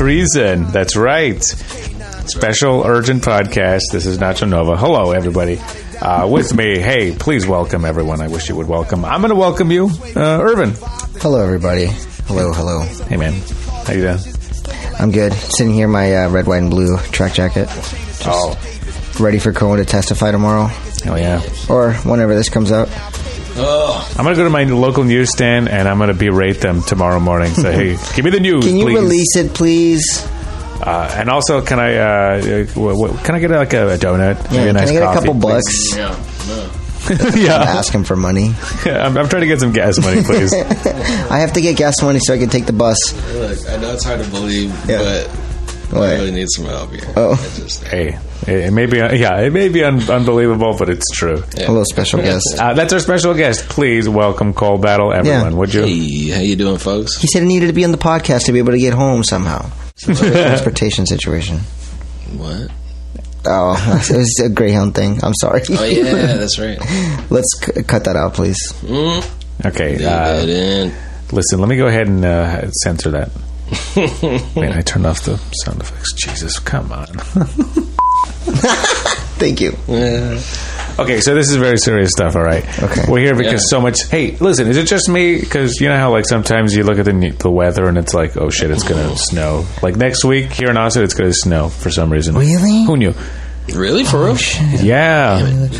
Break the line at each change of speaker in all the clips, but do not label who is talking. reason. That's right. Special urgent podcast. This is Nacho Nova. Hello, everybody. Uh, with me, hey, please welcome everyone. I wish you would welcome. I'm going to welcome you, uh, Irvin.
Hello, everybody. Hello, hello.
Hey, man. How you doing?
I'm good. Sitting here in my uh, red, white, and blue track jacket. Just
Oh,
ready for Cohen to testify tomorrow
oh yeah.
or whenever this comes out.
I'm going to go to my local newsstand and I'm going to berate them tomorrow morning. So hey, give me the news,
Can you
please.
release it, please?
Uh, and also, can I uh, uh, w- w- can I get like a, a donut? Maybe a
Can
nice
I get
coffee,
a couple
please?
bucks?
yeah,
Ask him for money.
I'm, I'm trying to get some gas money, please.
I have to get gas money so I can take the bus.
Look, I know it's hard to believe,
Yeah.
but
What?
I really need some help here.
Oh.
I just,
hey, it, it may be uh, yeah, it may be un- unbelievable, but it's true.
Hello, special guest.
Uh, that's our special guest. Please welcome Cole Battle, everyone.
Yeah.
Would you?
hey, how you doing, folks?
He said he needed to be on the podcast to be able to get home somehow. Transportation situation.
What?
Oh, it was a Greyhound thing. I'm sorry.
Oh yeah, that's right.
Let's c- cut that out, please.
Mm.
Okay,
Dig
uh,
that in.
listen. Let me go ahead and uh, censor that. Man, I turned off the sound effects. Jesus, come on.
Thank you.
Yeah.
Okay, so this is very serious stuff. All right,
Okay.
we're here because
Yeah.
so much. Hey, listen, is it just me? Because you know how like sometimes you look at the ne- the weather and it's like, oh shit, it's gonna snow. Like next week here in Austin, it's gonna snow for some reason.
Really?
Who knew?
Really, for real?
Yeah.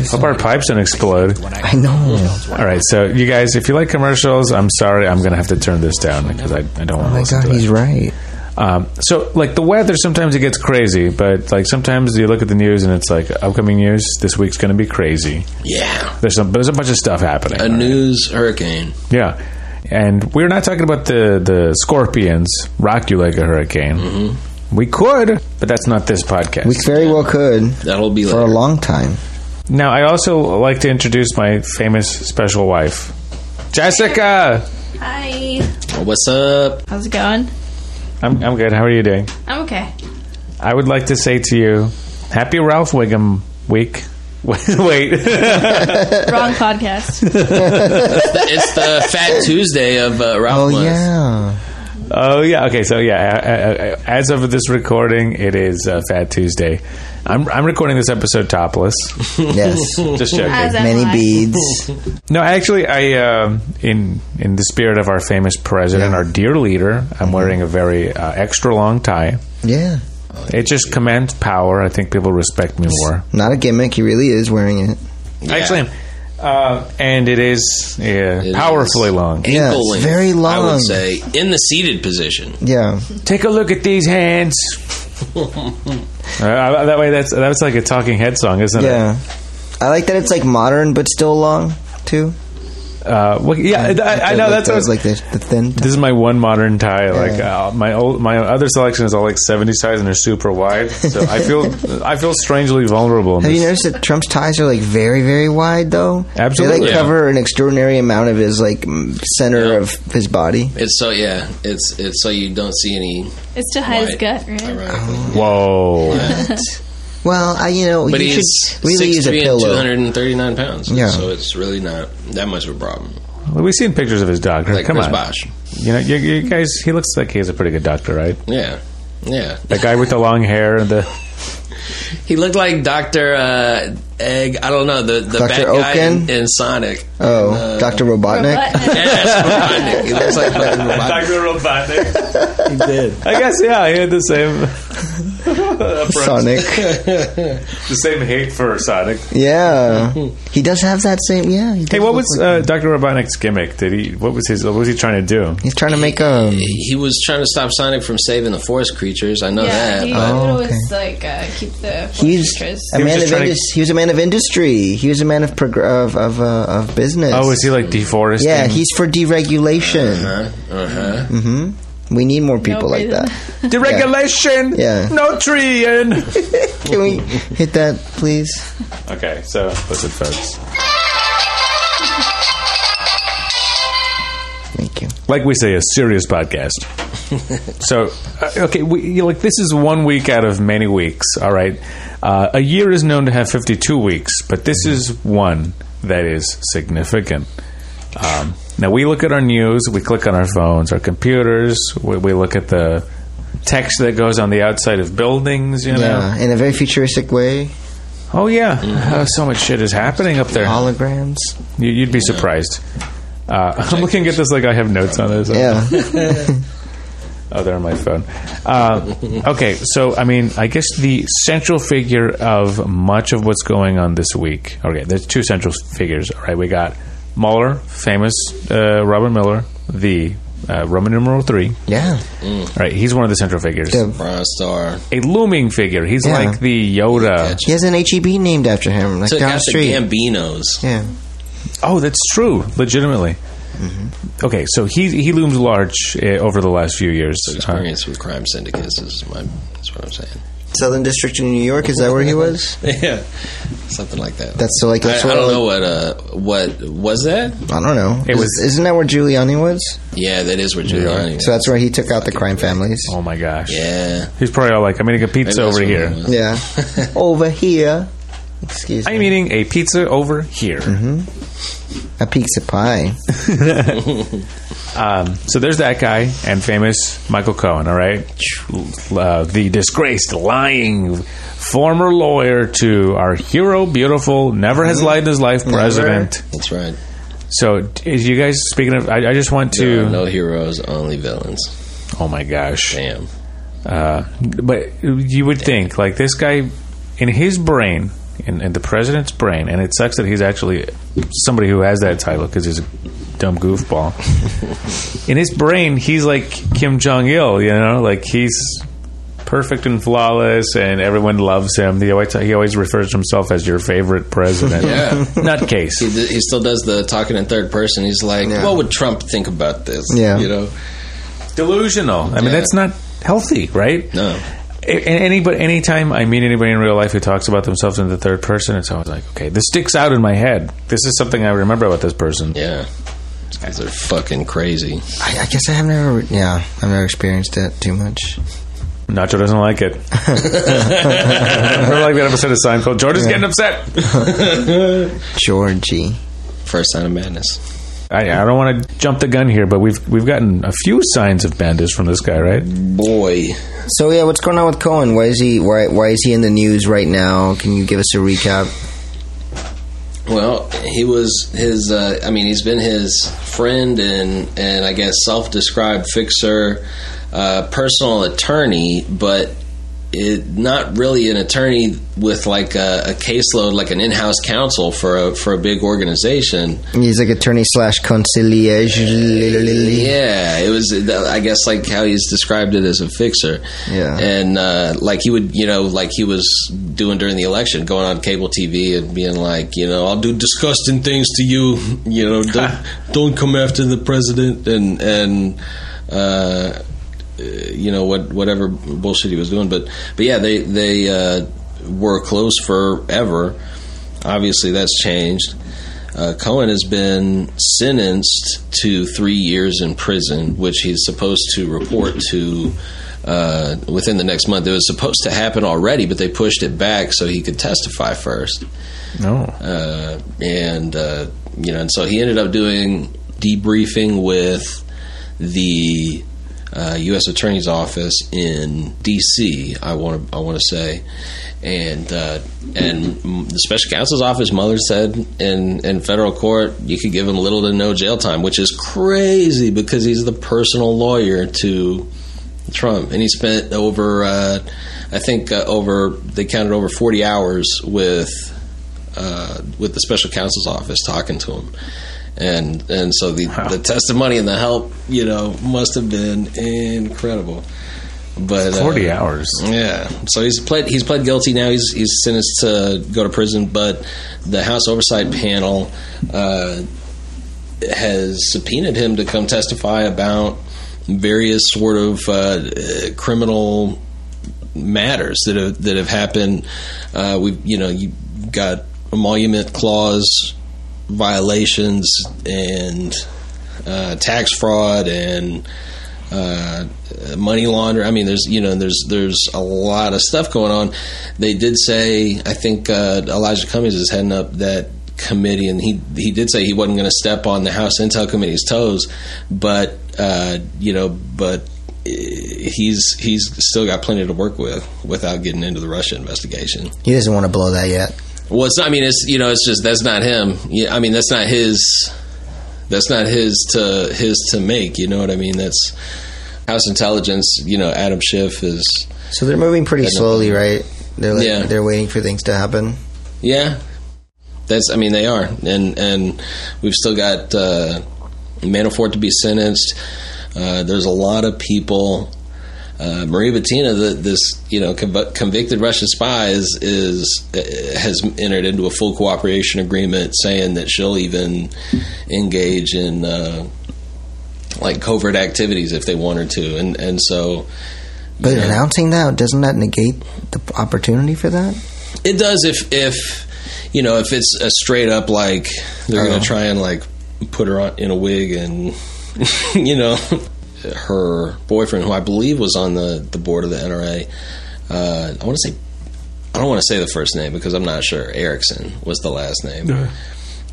Hope our pipes don't explode.
I know. Oh
All right, so you guys, if you like commercials, I'm sorry, I'm gonna have to turn this down because I, I don't want to
Oh my
listen
god,
to
he's
it.
right.
Um, so, like the weather, sometimes it gets crazy, but like sometimes you look at the news and it's like upcoming news this week's gonna be crazy.
Yeah.
There's some there's a bunch of stuff happening.
A
all right?
news hurricane.
Yeah. And we're not talking about the, the scorpions rock you like a hurricane. We could, but that's not this podcast.
We very well could
That'll be
for
later.
a long time.
now, I also like to introduce my famous special wife, Jessica.
Hi.
What's up?
How's it going?
I'm, I'm good. How are you doing?
I'm okay.
I would like to say to you, Happy Ralph Wiggum Week. Wait.
Wrong podcast.
It's the Fat Tuesday of uh,
Oh
Ralph. Month.
yeah.
Oh yeah. Okay. So yeah, uh, uh, uh, as of this recording, it is uh, Fat Tuesday. I'm, I'm recording this episode topless.
Yes.
Just joking.
As am
Many
I.
beads.
No, actually, I um in in the spirit of our famous president,
Yeah.
our dear leader, I'm wearing a very uh, extra long tie.
Yeah.
It just commands power. I think people respect me more.
Not a gimmick. He really is wearing it.
Yeah.
Actually, uh, and it is yeah,
It
powerfully
is.
long.
Ankle
Yeah, it's
length,
very
I
long.
would say in the seated position.
Yeah.
Take a look at these hands. Uh, uh, that way, that's that's like a talking head song, isn't
Yeah. I like that it's like modern but still long too.
it? Uh, well, yeah, I, I, I know. That's what I was
like the, the thin.
This is my one modern tie. Like uh, my old, my other selection is all like seventies ties and they're super wide. So I feel I feel strangely vulnerable. in
Have you
this.
noticed that Trump's ties are like very very wide though? They
Absolutely.
like
Yeah.
cover an extraordinary amount of his like m- center
Yeah.
of his body.
It's so yeah. It's it's so you don't see any.
It's to hide his
white.
gut, right?
Ironically.
Whoa!
Oh. Well, I you know
But
you
he's
should really use a
6'3" and
pillow.
239 pounds.
Yeah.
So it's really not that much of a problem.
Well, We've seen pictures of his doctor.
Like
Come
Chris
on,
Bosh.
you know you, you guys. He looks like he has a pretty good doctor, right?
Yeah. Yeah.
The guy with the long hair and the
He looked like Dr. Uh, Egg. I don't know. The, the
Dr.
bad guy
Oaken?
in, in Sonic.
Oh,
Uh,
Dr. Robotnik.
But
Yes, Robotnik. He looks like fucking Robotnik.
Robotnik. he did. I guess yeah. He had the same
Sonic.
the same hate for Sonic.
Yeah, he does have that same. Yeah. He does
Hey, what
look
was
like-
uh, Doctor Robotnik's gimmick? Did he? What was his? What was he trying to do?
He's trying to make a.
He was trying to stop Sonic from saving the forest creatures. I know
yeah,
that.
he
but
would
Oh,
always like uh, keep the
He's
fortress.
a
was
man
just
of
trying to-
indus- he was a man of industry. He was a man of prog- of of, uh, of business.
Oh, is he like deforesting?
yeah, he's for deregulation.
Uh-huh. Uh-huh.
hmm We need more people like
reason.
that.
deregulation.
Yeah.
No treeing.
Can we hit that, please?
Okay, so listen, folks.
Thank you.
Like we say, a serious podcast. so, uh, okay, we, you know, like this is one week out of many weeks. All right, uh, a year is known to have fifty-two weeks, but this is one that is significant. Um, now we look at our news, we click on our phones, our computers, we, we look at the text that goes on the outside of buildings, you know.
Yeah, in a very futuristic way.
Oh yeah, Uh, so much shit is happening up there.
Holograms.
You, you'd be surprised. Uh, I'm looking at this like I have notes on this.
Yeah.
Oh, they're on my phone. Uh, okay, so I mean, I guess the central figure of much of what's going on this week. Okay, there's two central figures. All right, we got Mueller, famous uh, Robert Miller, the uh, Roman numeral three.
yeah.
All right, he's one of the central figures.
The-
Bronze Star.
A looming figure. He's
Yeah.
like the Yoda.
He has an HEB named after him, like
Took
down
out
the
the
street.
Gambinos.
yeah.
Oh, that's true. Legitimately. Okay, so he he looms large uh, over the last few years. Uh,
Experience with crime syndicates is my. That's what I'm saying.
Southern District in New York. Is that where he was?
Yeah, something like that.
That's so like that's
I, I
where,
don't know what uh what was that.
I don't know.
It
Is-
was-
Isn't that where Giuliani was?
Yeah, that is what Giuliani.
So that's where he took out the crime families.
oh my gosh.
yeah.
He's probably all like, I'm eating a pizza
Maybe that's
over
what
here.
it was.
Yeah. Over here. Excuse me.
I'm eating a pizza over here.
a pizza pie.
Um, so there's that guy and famous Michael Cohen, all right? Uh, the disgraced, lying former lawyer to our hero, beautiful, Mm-hmm. never has lied in his life president.
That's right.
So, is you guys speaking of? I, I just want
There
to.
are no heroes, only villains.
Oh my gosh!
Damn.
Uh, but you would think like this guy in his brain in, in the president's brain and it sucks that he's actually somebody who has that title because he's a dumb goofball in his brain he's like kim jong-il you know like he's perfect and flawless and everyone loves him he always, he always refers to himself as your favorite president
Yeah.
nutcase
He, d- he still does the talking in third person. He's like,
Yeah.
"What would Trump think about this?"
Yeah.
you know.
delusional i mean
Yeah.
that's not healthy right
No.
A- And anybody, anytime I meet anybody in real life who talks about themselves in the third person, it's always like, okay, this sticks out in my head. This is something I remember about this person.
Yeah, because they're fucking crazy.
I, I guess I have never. Yeah, I've never experienced that too much.
Nacho doesn't like it. Remember like that episode of Seinfeld? George is getting upset.
Georgie.
First sign of madness.
I, I don't want to jump the gun here, but we've we've gotten a few signs of bandits from this guy, right?
Boy,
So yeah, what's going on with Cohen? Why is he? Why, why is he in the news right now? Can you give us a recap?
well, he was his. Uh, I mean, he's been his friend and and I guess self-described fixer, uh, personal attorney, but. It, not really an attorney with like a, a caseload, like an in-house counsel for a for a big organization.
He's like attorney slash conciliation.
Yeah, it was. I guess like how he's described it as a fixer.
Yeah.
and uh, like he would, you know, like he was doing during the election, going on cable TV and being like, you know, I'll do disgusting things to you. You know, don't don't come after the president and and. Uh, uh, you know what whatever bullshit he was doing but but yeah they they uh, were close forever obviously that's changed uh, Cohen has been sentenced to three years in prison which he's supposed to report to uh, within the next month it was supposed to happen already but they pushed it back so he could testify first
No.
uh, and uh, you know, and so he ended up doing debriefing with the uh, U.S. Attorney's Office in D.C. I want to I want to say, and uh, and mm, the Special Counsel's Office, Mueller said in in federal court, you could give him little to no jail time, which is crazy because he's the personal lawyer to. Trump, and he spent over, uh, I think, uh, over they counted over forty hours with uh, with the special counsel's office talking to him, and and so the the testimony and the help, you know, must have been incredible. But uh,
Forty hours.
yeah, so he's pled he's pled guilty now. He's he's sentenced to go to prison, but the House Oversight Panel uh, has subpoenaed him to come testify about various sort of uh, uh, criminal matters that have that have happened. Uh, we you know you got emolument clause violations and uh, tax fraud and uh, money laundering. I mean, there's you know there's there's a lot of stuff going on. They did say I think uh, Elijah Cummings is heading up that committee, and he he did say he wasn't going to step on the House Intel Committee's toes, but uh, you know but he's he's still got plenty to work with without getting into the Russia investigation.
He doesn't want to blow that yet.
Well, it's not, I mean, it's you know, it's just that's not him. Yeah, I mean, that's not his. That's not his to his to make. You know what I mean? That's House Intelligence. You know, Adam Schiff is.
So they're moving pretty slowly, right? They're like,
Yeah.
they're waiting for things to happen.
Yeah, that's. I mean, they are, and and we've still got uh, Manafort to be sentenced. Uh, there's a lot of people. Uh, Maria Bettina, the, this you know conv- convicted Russian spy, is, is uh, has entered into a full cooperation agreement, saying that she'll even engage in uh, like covert activities if they want her to, and and so
But
Yeah.
announcing that doesn't that negate the opportunity for that?
It does if if you know if it's a straight up like they're going to try and like put her on, in a wig and you know her boyfriend who I believe was on the the board of the NRA. Uh, I want to say I don't want to say the first name because I'm not sure. Erickson was the last name,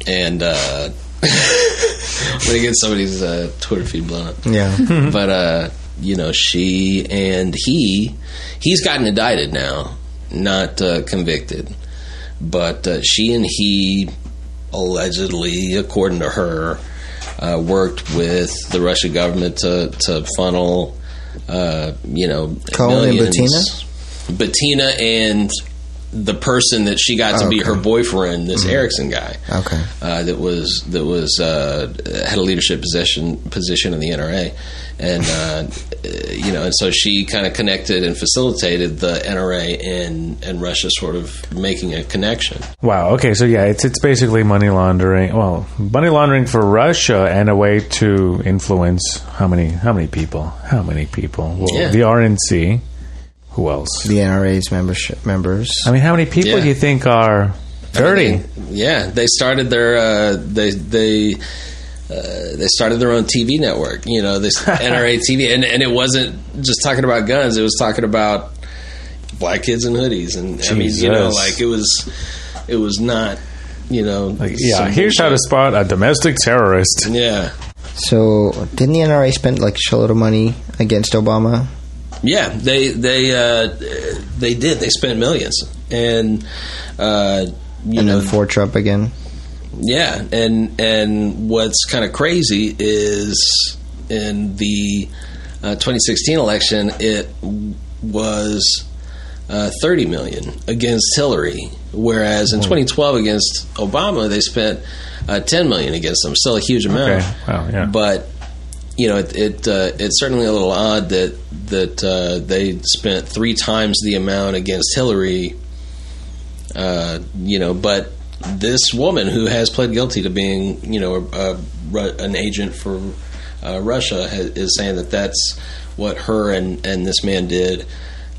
and uh, I'm going to get somebody's uh, Twitter feed blown up
Yeah.
but uh, you know, she and he, he's gotten indicted now, not uh, convicted. But uh, she and he, allegedly, according to her, uh, worked with the Russian government to to funnel, uh, you know,
Colin and
millions- Bettina and the person that she got to
Oh,
be her boyfriend, this
Mm-hmm.
Erickson guy
Okay.
uh, that was that was uh, had a leadership position position in the NRA, and uh, uh, you know, and so she kind of connected and facilitated the NRA and and Russia sort of making a connection.
Wow. Okay. So yeah, it's it's basically money laundering. Well, money laundering for Russia and a way to influence how many how many people? How many people? Well,
Yeah.
The RNC. Who else?
The NRA's membership members.
I mean, how many people
Yeah.
do you think are dirty?
Yeah, they started their uh, they they. Uh, they started their own TV network, you know, this NRA TV, and, and it wasn't just talking about guns; it was talking about black kids in hoodies, and I mean, you know,
Jesus.
like it was, it was not, you know,
Like, yeah.
some
Here's how to
bullshit.
spot a domestic terrorist.
Yeah,
So didn't the NRA spend like a shitload of money against Obama?
yeah. They they uh, they did. They spent millions, and uh, you
And
know,
then for Trump again.
yeah. And and what's kind of crazy is in the uh, 2016 election, it was uh, 30 million against Hillary, whereas
Hmm.
in 2012 against Obama, they spent uh, 10 million against them. Still a huge amount.
Okay. Wow, yeah.
But you know, it, it uh, it's certainly a little odd that that uh, they spent three times the amount against Hillary. Uh, you know, but this woman who has pled guilty to being, you know, a, a, Ru- an agent for uh, Russia ha is saying that that's what her and, and this man did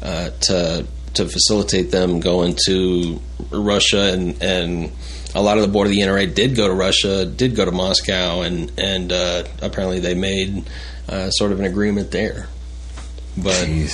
uh, to to facilitate them going to Russia and and a lot of the board of the NRA did go to Russia, did go to Moscow, and and uh, apparently they made uh, sort of an agreement there. But
Hmm.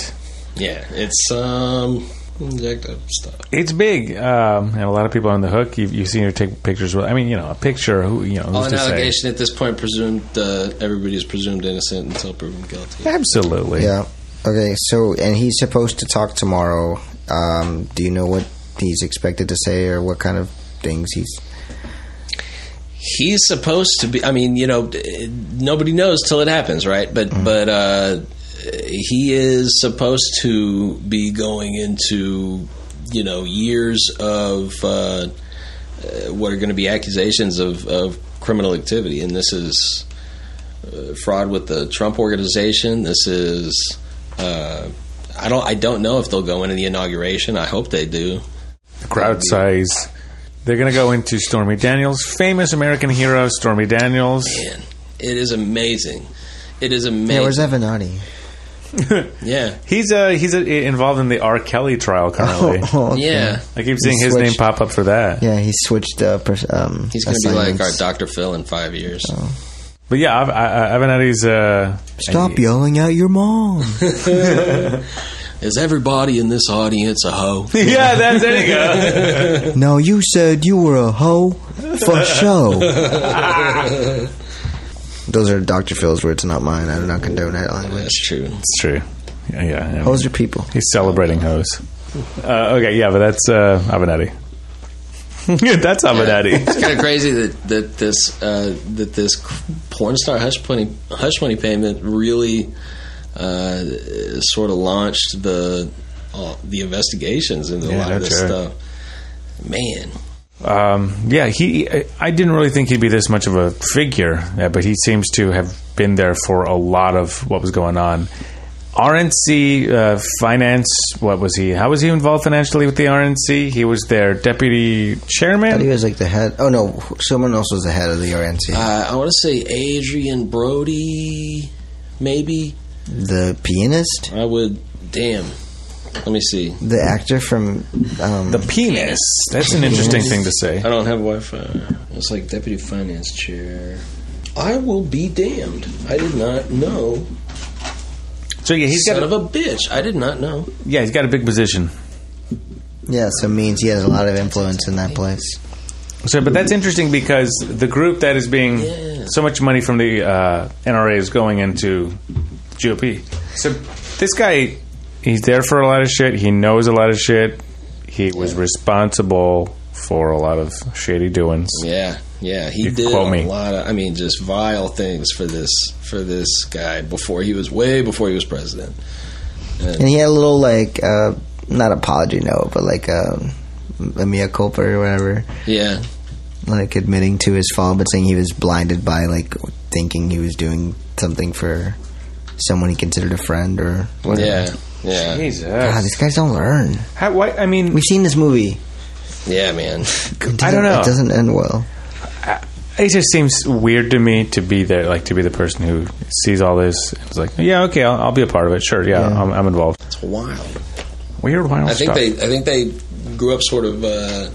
yeah, it's um, jacked up stuff.
It's big, um, and a lot of people on the hook. You've, you've seen her take pictures with. I mean, you know, a picture. Who you know? Who's
On
to say?
allegation at this point, presumed uh, everybody is presumed innocent until proven guilty.
Absolutely.
Yeah. Okay. So and he's supposed to talk tomorrow. Um, do you know what he's expected to say or what kind of things he's?
He's supposed to be. I mean, you know, eh, nobody knows till it happens, right? But
Mm-hmm.
but uh, he is supposed to be going into you know years of uh, eh, what are going to be accusations of, of criminal activity, and this is uh, fraud with the Trump organization. This is. Uh, I don't. I don't know if they'll go into the inauguration. I hope they do.
crowd size. They're going to go into Stormy Daniels, famous American hero Stormy Daniels.
Man, it is amazing. It is amazing.
Yeah. Where's Avenatti?
Yeah.
He's uh, he's uh involved in the R. Kelly trial currently.
okay.
Oh, Yeah.
I keep seeing
Oh, He
his name
switched.
pop up for that.
Yeah. He switched up. Um,
He's going to be like our
assignments.
Dr. Phil in five years.
But yeah, I've, I, I, Avenatti's. Uh,
Stop yelling at your mom.
Is everybody in this audience a hoe?
yeah, that's there you go.
no, you said you were a hoe for show. Those are Dr. Phil's words, not mine. I do not condone that language.
That's true.
It's true. Yeah, yeah. I mean,
Those are people.
he's celebrating hose. Uh, okay, yeah, but that's uh, Avenatti. that's Avenatti.
It's kind of crazy that that this uh, that this porn star hush money hush money payment really uh, sort of launched the uh, the investigations into a
Yeah,
lot of
no
this
joke.
stuff. Man,
um, yeah, he. I- I didn't really think he'd be this much of a figure, uh, but he seems to have been there for a lot of what was going on. RNC uh, finance. What was he? How was he involved financially with the RNC? He was their deputy
I thought he
chairman.
was like the head. Oh no, someone else was the head of the RNC.
uh, I want to say Adrian Brody, maybe.
the pianist,
I would. Damn. Let me see.
the actor from. Um,
The penis. That's an interesting thing to say.
I don't have Wi-Fi. It's like deputy finance chair. I will be damned. I did not know.
So yeah, he's
Son
got.
of a bitch. I did not know.
Yeah, he's got a big position.
yeah, so means he has a lot of influence in that place.
So, but that's interesting because the group that is being
Yeah.
so much money from the uh, NRA is going into GOP. So this guy, he's there for a lot of shit. He knows a lot of shit. He was responsible for a lot of shady doings.
Yeah, yeah. He
You
did
quote
a
me.
lot of. I mean, just vile things for this for this guy before he was way before he was president.
And he had a little like uh, not apology note, but like um, a mea culpa or whatever,
Yeah,
like admitting to his fault, but saying he was blinded by like thinking he was doing something for someone he considered a friend or whatever.
yeah, yeah,
God,
Jesus.
these guys don't learn.
How, why, I mean,
We've seen this movie.
yeah, man.
It
I don't
doesn't-
know.
It doesn't end well.
it just seems weird to me to be there, like to be the person who sees all this. It's like, yeah, okay, I'll, I'll be a part of it. Sure, yeah,
Yeah.
I'm, I'm involved.
It's wild.
Weird, wild
I think
stuff.
they I think they grew up sort of uh,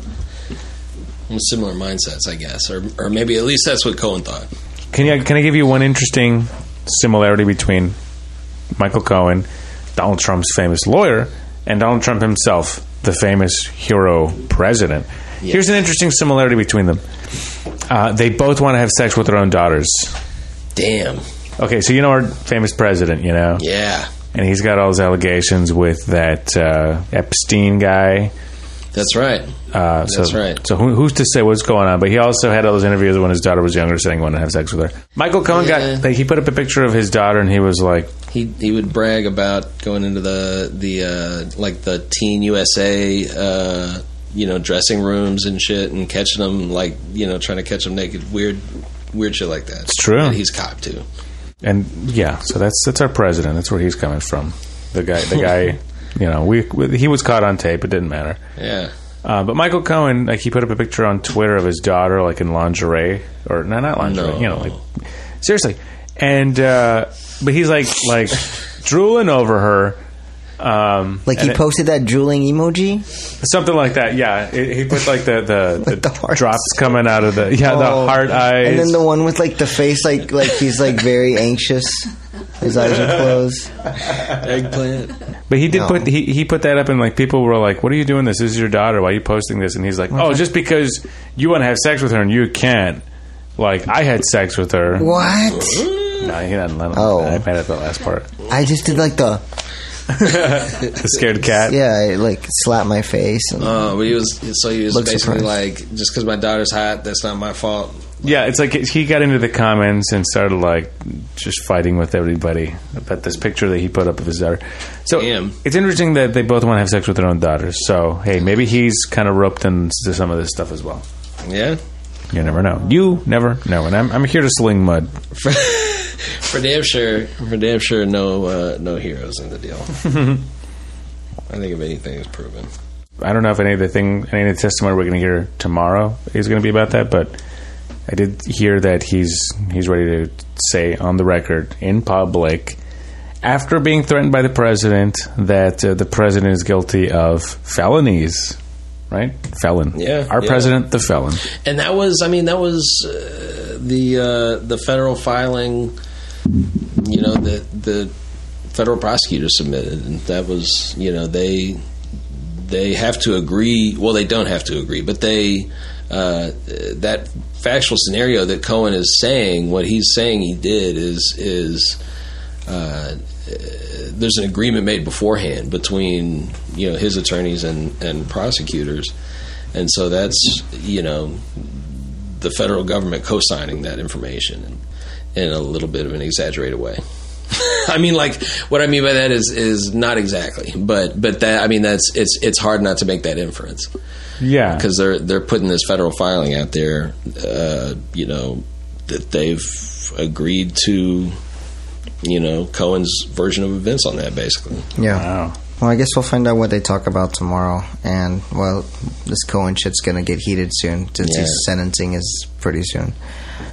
in similar mindsets, I guess, or or maybe at least that's what Cohen thought.
Can you can I give you one interesting similarity between Michael Cohen, Donald Trump's famous lawyer, and Donald Trump himself, the famous hero president? Here's an interesting similarity between them. Uh, they both want to have sex with their own daughters.
Damn.
Okay, so you know our famous president, you know,
Yeah.
and he's got all those allegations with that uh, Epstein guy.
That's right.
Uh, so,
That's right.
So who, who's to say what's going on? But he also had all those interviews when his daughter was younger, saying he wanted to have sex with her. Michael Cohen
Yeah.
got like, he put up a picture of his daughter, and he was like,
He he would brag about going into the the uh, like the Teen USA uh, you know dressing rooms and shit and catching them like you know trying to catch them naked weird weird shit like that. It's
true.
That he's copped to.
and yeah, so that's that's our president. That's where he's coming from. The guy, the guy, you know, we, we he was caught on tape. It didn't matter.
Yeah.
Uh, but Michael Cohen, like, he put up a picture on Twitter of his daughter, like in lingerie, or no, not lingerie,
No.
you know, like seriously. And uh, but he's like like drooling over her. Um,
Like
and
he
it-
posted that drooling emoji.
Something like that, yeah. It, he put like the the,
With the
the
hearts.
drops coming out of the yeah
Oh.
the heart eyes.
And then the one with like the face, like like he's like very anxious. His eyes are closed.
Eggplant.
but he did
No.
put he, he put that up and like people were like, "What are you doing? This, this is your daughter. Why are you posting this?" And he's like, "Oh, just because you want to have sex with her and you can't." Like I had sex with her.
What?
No, he didn't let him.
Oh.
I made up the last part.
I just did like the
The scared cat.
yeah, I, like slap my face.
Oh.
And,
Uh, but he was so he was
Look
basically
surprised.
like just because my daughter's hot, that's not my fault.
Yeah, it's like he got into the comments and started like just fighting with everybody about this picture that he put up of his daughter. So
Damn.
it's interesting that they both want to have sex with their own daughters. So hey, maybe he's kind of roped into some of this stuff as well.
Yeah.
You never know. You never know. And I'm, I'm here to sling mud.
For, for damn sure, for damn sure, no uh, no heroes in the deal. I think if anything is proven.
I don't know if any of the thing, any of the testimony we're going to hear tomorrow is going to be about that, but I did hear that he's he's ready to say on the record in public after being threatened by the president that uh, the president is guilty of felonies, right? Felon.
Yeah,
Our
yeah.
president, the felon.
And that was, I mean, that was uh, the uh, the federal filing, you know, that the federal prosecutor submitted, and that was, you know, they they have to agree. Well, they don't have to agree, but they uh, that factual scenario that Cohen is saying, what he's saying he did is is uh, there's an agreement made beforehand between you know his attorneys and and prosecutors, and so that's you know the federal government co-signing that information in, in a little bit of an exaggerated way. I mean, like what I mean by that is is not exactly, but but that I mean that's it's it's hard not to make that inference
Yeah.
because they're they're putting this federal filing out there, uh, you know, that they've agreed to, you know, Cohen's version of events on that basically.
Yeah.
Wow.
Well, I guess we'll find out what they talk about tomorrow. And, well, this Cohen shit's going to get heated soon since
Yeah.
his sentencing is pretty soon.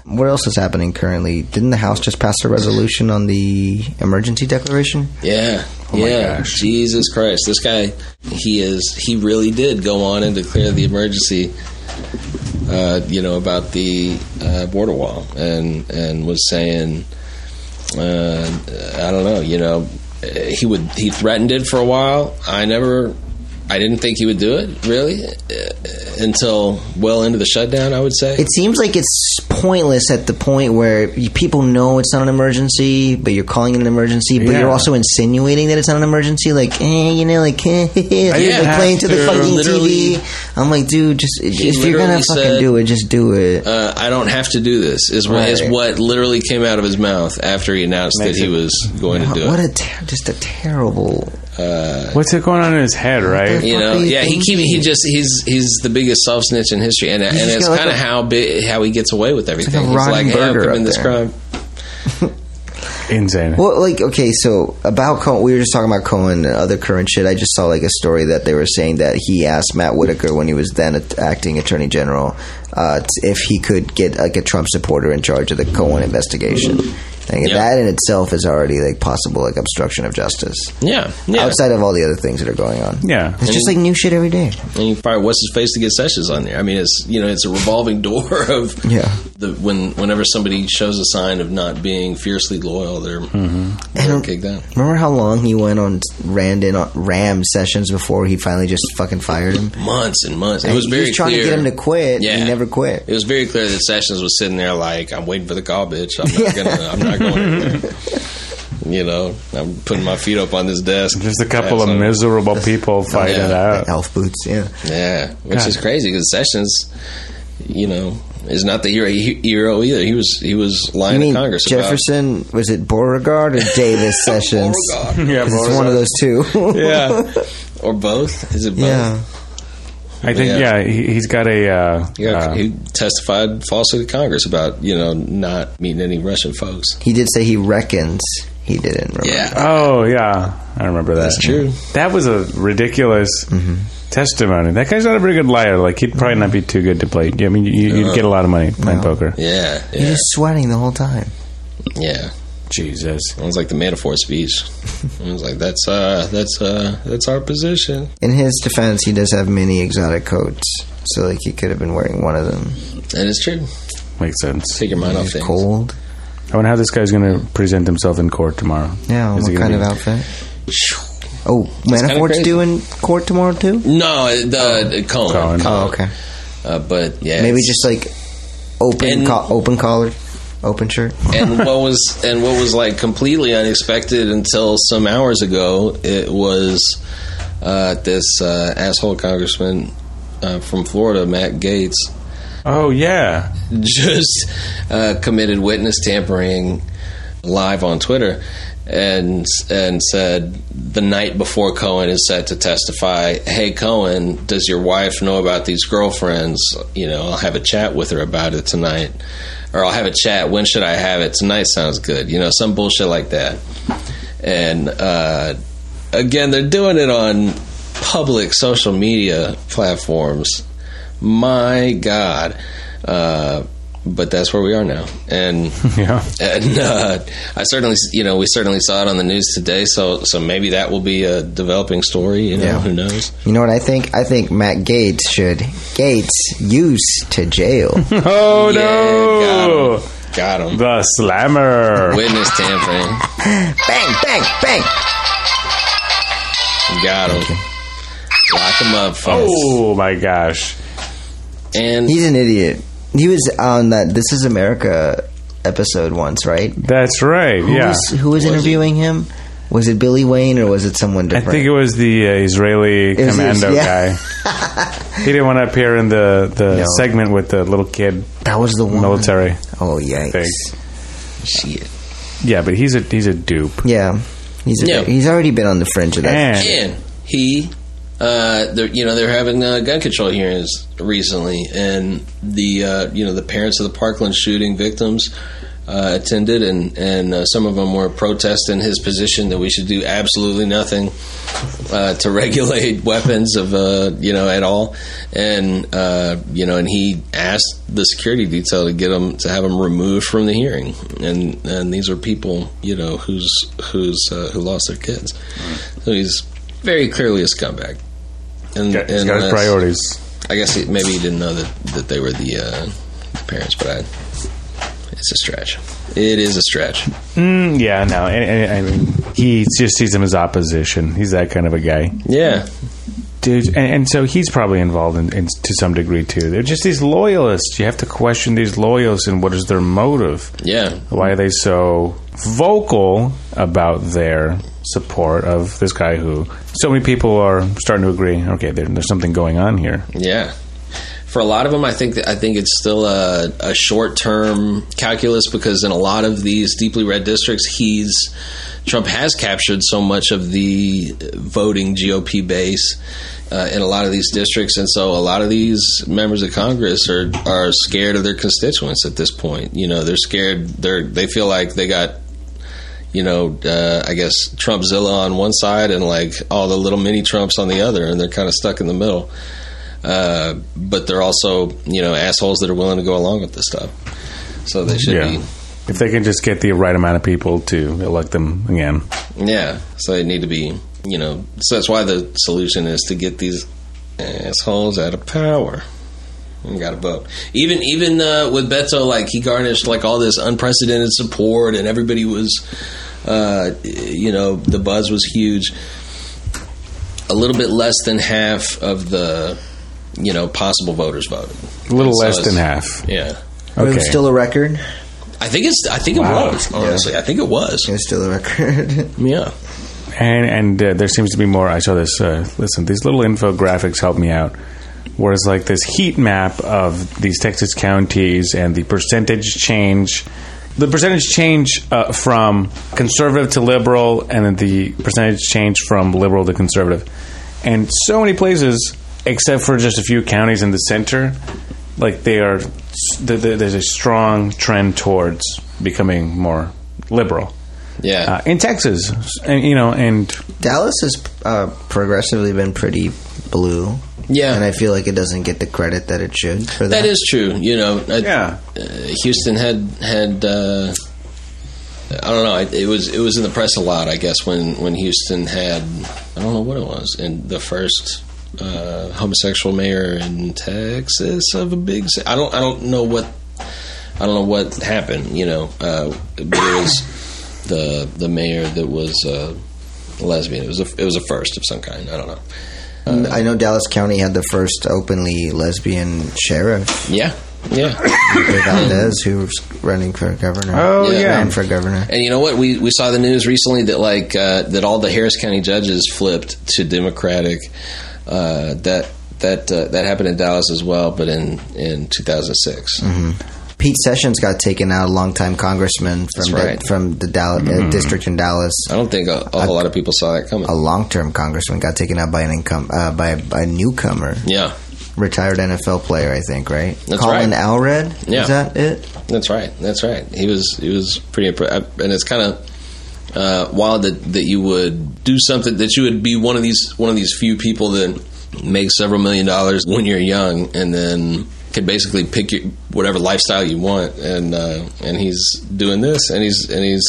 What else is happening currently? Didn't the House just pass a resolution on the emergency declaration?
Yeah,
my
Oh
yeah.
gosh.
Jesus Christ, this guy, he is he really did go on and declare the emergency. Uh, you know about the uh, border wall, and and was saying, uh, I don't know. You know, uh, he would he threatened it for a while. I never, I didn't think he would do it really uh, until well into the shutdown. I would say
It seems like it's pointless at the point where you, people know it's not an emergency, but you're calling it an emergency, but
Yeah.
you're also insinuating that it's not an emergency. Like, eh, you know, like, eh,
didn't
like
have
playing to the
to.
fucking
Literally-
TV. I'm like, dude, just
He
if you're gonna
literally
fucking
said-
do it, just do it.
uh, I don't have to do this is what,
Right.
is what literally came out of his mouth after he announced that he was going to do it.
what a ter- just a terrible.
What's it going on in his head, right?
Yeah.
you
fuck
know,
are you
yeah, he keep,
thinking?
he just he's he's the biggest self snitch in history, and and
just
it's
got like
kind of
a-
how big how he gets away with everything.
a
he's
rotten
like, hey, I
burger
committed
up
this
there.
crime.
Insane.
Well, like okay, so about Cohen, we were just talking about Cohen and other current shit. I just saw like a story that they were saying that he asked Matt Whitaker when he was then at- acting Attorney General uh, t- if he could get like a Trump supporter in charge of the Cohen investigation. Like,
Yeah.
That in itself is already like possible like obstruction of justice.
Yeah, yeah.
Outside of all the other things that are going on,
Yeah.
it's just like new shit every day.
And you fire what's his face to get Sessions on there. I mean, it's you know, it's a revolving door of
Yeah.
The when whenever somebody shows a sign of not being fiercely loyal, they're they're
Mm-hmm. And-
kicked out.
Remember how long he went on Randon on uh, Ram sessions before he finally just fucking fired him?
Months and months. It
And
was
he
very
was trying to
clear.
get him to quit.
Yeah,
He never quit.
It was very clear that Sessions was sitting there like, "I'm waiting for the call, bitch. I'm not gonna. I'm not going." Anywhere. You know, I'm putting my feet up on this desk.
Just a couple of
That's all.
miserable people fighting it
Yeah.
out.
Elf boots, yeah.
Yeah, which
God.
is crazy because Sessions, you know, is not the hero, he- hero either. He was he was lying
You mean
to Congress.
Jefferson? was it Beauregard or Davis
about
Sessions?
Beauregard.
Yeah,
'Cause it's one of those two.
Yeah.
Oh, or both? Is it both?
yeah.
I think,
Yeah.
yeah, he, he's got a. Uh,
He, got-
uh,
he testified falsely to Congress about you know not meeting any Russian folks.
He did say he reckons he didn't. Remember.
Yeah,
oh, yeah. I remember that.
That's true. Mm-hmm.
That was a ridiculous testimony. That guy's not a very good liar. Like, he'd probably not be too good to play. I mean, you, you'd get a lot of money playing poker.
yeah,
He
yeah,
was sweating the whole time.
yeah.
Jesus.
It was like the Manafort speech. It was like that's uh that's uh that's our position.
In his defense, he does have many exotic coats, so like he could have been wearing one of them.
And it's true.
Makes sense.
Take your mind
He's
off things.
cold.
I wonder how this guy's going to present himself in court tomorrow.
Yeah,
Is
what
he gonna
kind of
be-
outfit? Oh, Manafort's
crazy.
doing court tomorrow too.
No, the
Cohen.
Cohen.
Oh, okay.
Uh, but yeah,
Maybe
it's-
just like open,
And-
co- open collar, open shirt.
and what was and what was like completely unexpected until some hours ago it was uh, this uh, asshole congressman uh, from Florida, Matt Gates,
Oh, yeah.
just uh, committed witness tampering live on Twitter and and said the night before Cohen is set to testify, "Hey Cohen, does your wife know about these girlfriends? You know, I'll have a chat with her about it tonight." Or I'll have a chat. When should I have it? Tonight sounds good. You know, some bullshit like that. And uh, again, they're doing it on public social media platforms. My God. Uh, but that's where we are now. And
Yeah.
and uh, I certainly, you know, we certainly saw it on the news today. So, so maybe that will be a developing story. You know,
Yeah.
who knows?
You know what I think? I think Matt Gates should Gates use to jail.
Oh,
Yeah,
no.
got him.
The slammer.
Witness tampering.
bang, bang, bang.
Got him. Lock him up, folks.
Oh my gosh!
And
He's an idiot. He was on that This Is America episode once, right?
That's right.
Who
yeah,
was, who was,
Was
interviewing him? Was it Billy Wayne or was it someone
I
different?
think it was the uh, Israeli
was-
commando
yeah.
guy. he didn't want to appear in the the
No.
segment with the little kid
that was the one.
military
Oh yikes!
thing.
shit.
Yeah, but he's a he's a dupe.
Yeah, he's a,
Yeah.
he's already been on the fringe of that.
And
And he, uh, they're, you know, they're having uh, gun control hearings recently, and the uh, you know the parents of the Parkland shooting victims uh, attended, and and uh, some of them were protesting his position that we should do absolutely nothing uh, to regulate weapons of uh, you know at all, and uh, you know, and he asked the security detail to get him to have him removed from the hearing, and and these are people you know who's who's uh, who lost their kids, so he's very clearly a scumbag. And,
got- he's
and,
got his
uh,
priorities.
I guess he, maybe he didn't know that, that they were the, uh, the parents, but I, it's a stretch. It is a stretch.
Mm, yeah, no, and, and- I mean, he just sees him as opposition. He's that kind of a guy,
Yeah,
dude. And, and so he's probably involved in, in to some degree too. They're just these loyalists. You have to question these loyalists and what is their motive.
yeah.
Why are they so vocal about their support of this guy who so many people are starting to agree? Okay, there, there's something going on here.
Yeah. For a lot of them, I think I think it's still a, a short term calculus because in a lot of these deeply red districts, he's Trump has captured so much of the voting GOP base uh, in a lot of these districts, and so a lot of these members of Congress are are scared of their constituents at this point. You know, they're scared. They're they feel like they got you know, uh, I guess Trumpzilla on one side and like all the little mini Trumps on the other, and they're kind of stuck in the middle. Uh, but they're also, you know, assholes that are willing to go along with this stuff. So they should
If they can just get the right amount of people to elect them again.
be, yeah. So they need to be, you know. So that's why the solution is to get these assholes out of power. and got a vote. Even even uh, with Beto, like he garnished like all this unprecedented support, and everybody was, uh, you know, the buzz was huge. A little bit less than half of the, you know, possible voters voted.
A little
So
less
it's-
than half.
Yeah,
It
Okay.
was still a record.
I think it's. I think it
Wow.
was honestly. I think it was.
It was still a record.
Yeah.
And and uh, there seems to be more. I saw this. Uh, listen, these little infographics help me out. Whereas, like this heat map of these Texas counties and the percentage change, the percentage change uh, from conservative to liberal, and then the percentage change from liberal to conservative, and so many places, except for just a few counties in the center, like they are. th- th- There's a strong trend towards becoming more liberal
Yeah.
uh, in Texas, and you know, and
Dallas has uh, progressively been pretty blue.
Yeah.
and I feel like it doesn't get the credit that it should for that.
that is true. You know. I,
Yeah.
Uh, Houston had had. Uh, I don't know. It, it was it was in the press a lot. I guess when when Houston had I don't know what it was and the first uh, homosexual mayor in Texas of a big. ci- I don't I don't know what I don't know what happened. You know, uh, but it was the the mayor that was uh, lesbian. It was a it was a first of some kind. I don't know.
Uh, I know Dallas County had the first openly lesbian sheriff,
Yeah, yeah.
Peter Valdez, who was running for governor.
oh
Yeah.
yeah,
ran for governor.
And you know what? We we saw the news recently that like uh, that all the Harris County judges flipped to Democratic. Uh, that that uh, that happened in Dallas as well, but in in 2006.
Pete Sessions got taken out, a longtime congressman from
right.
the, from the Dallas uh, district in Dallas.
I don't think a, a whole lot of people saw that coming.
A long-term congressman got taken out by an income uh, by, by a newcomer,
yeah,
retired NFL player, I think. Right?
That's
Colin
right.
Alred.
Yeah.
Is that it?
that's right. That's right. He was he was pretty impre- I- and it's kind of uh, wild that that you would do something that you would be one of these one of these few people that make several million dollars when you're young and then could basically pick your, whatever lifestyle you want and uh, and he's doing this and he's and he's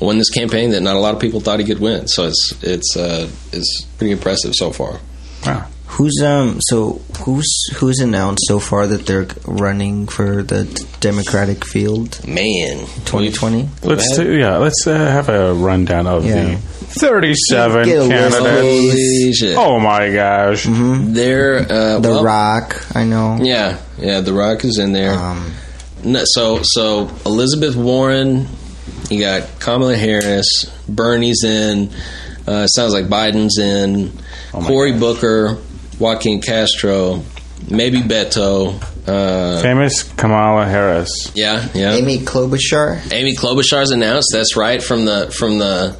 won this campaign that not a lot of people thought he could win so it's it's uh, it's pretty impressive so far
Wow.
Who's um? So who's who's announced so far that they're running for the Democratic field?
Man,
2020?
Let's do, yeah, let's uh, have a rundown of
Yeah.
the 37
Get a list,
candidates.
Holy shit.
Oh my gosh.
Mm-hmm. They're uh,
The
well,
Rock, I know.
Yeah, yeah, The Rock is in there.
Uh-huh.
Um,
No, so so Elizabeth Warren, you got Kamala Harris, Bernie's in. Uh, it sounds like Biden's in.
Oh my
Cory Booker, Joaquin Castro, maybe Beto. Uh,
Famous Kamala Harris.
yeah, yeah. Amy,
Amy Klobuchar.
Klobuchar's announced. That's right from the from the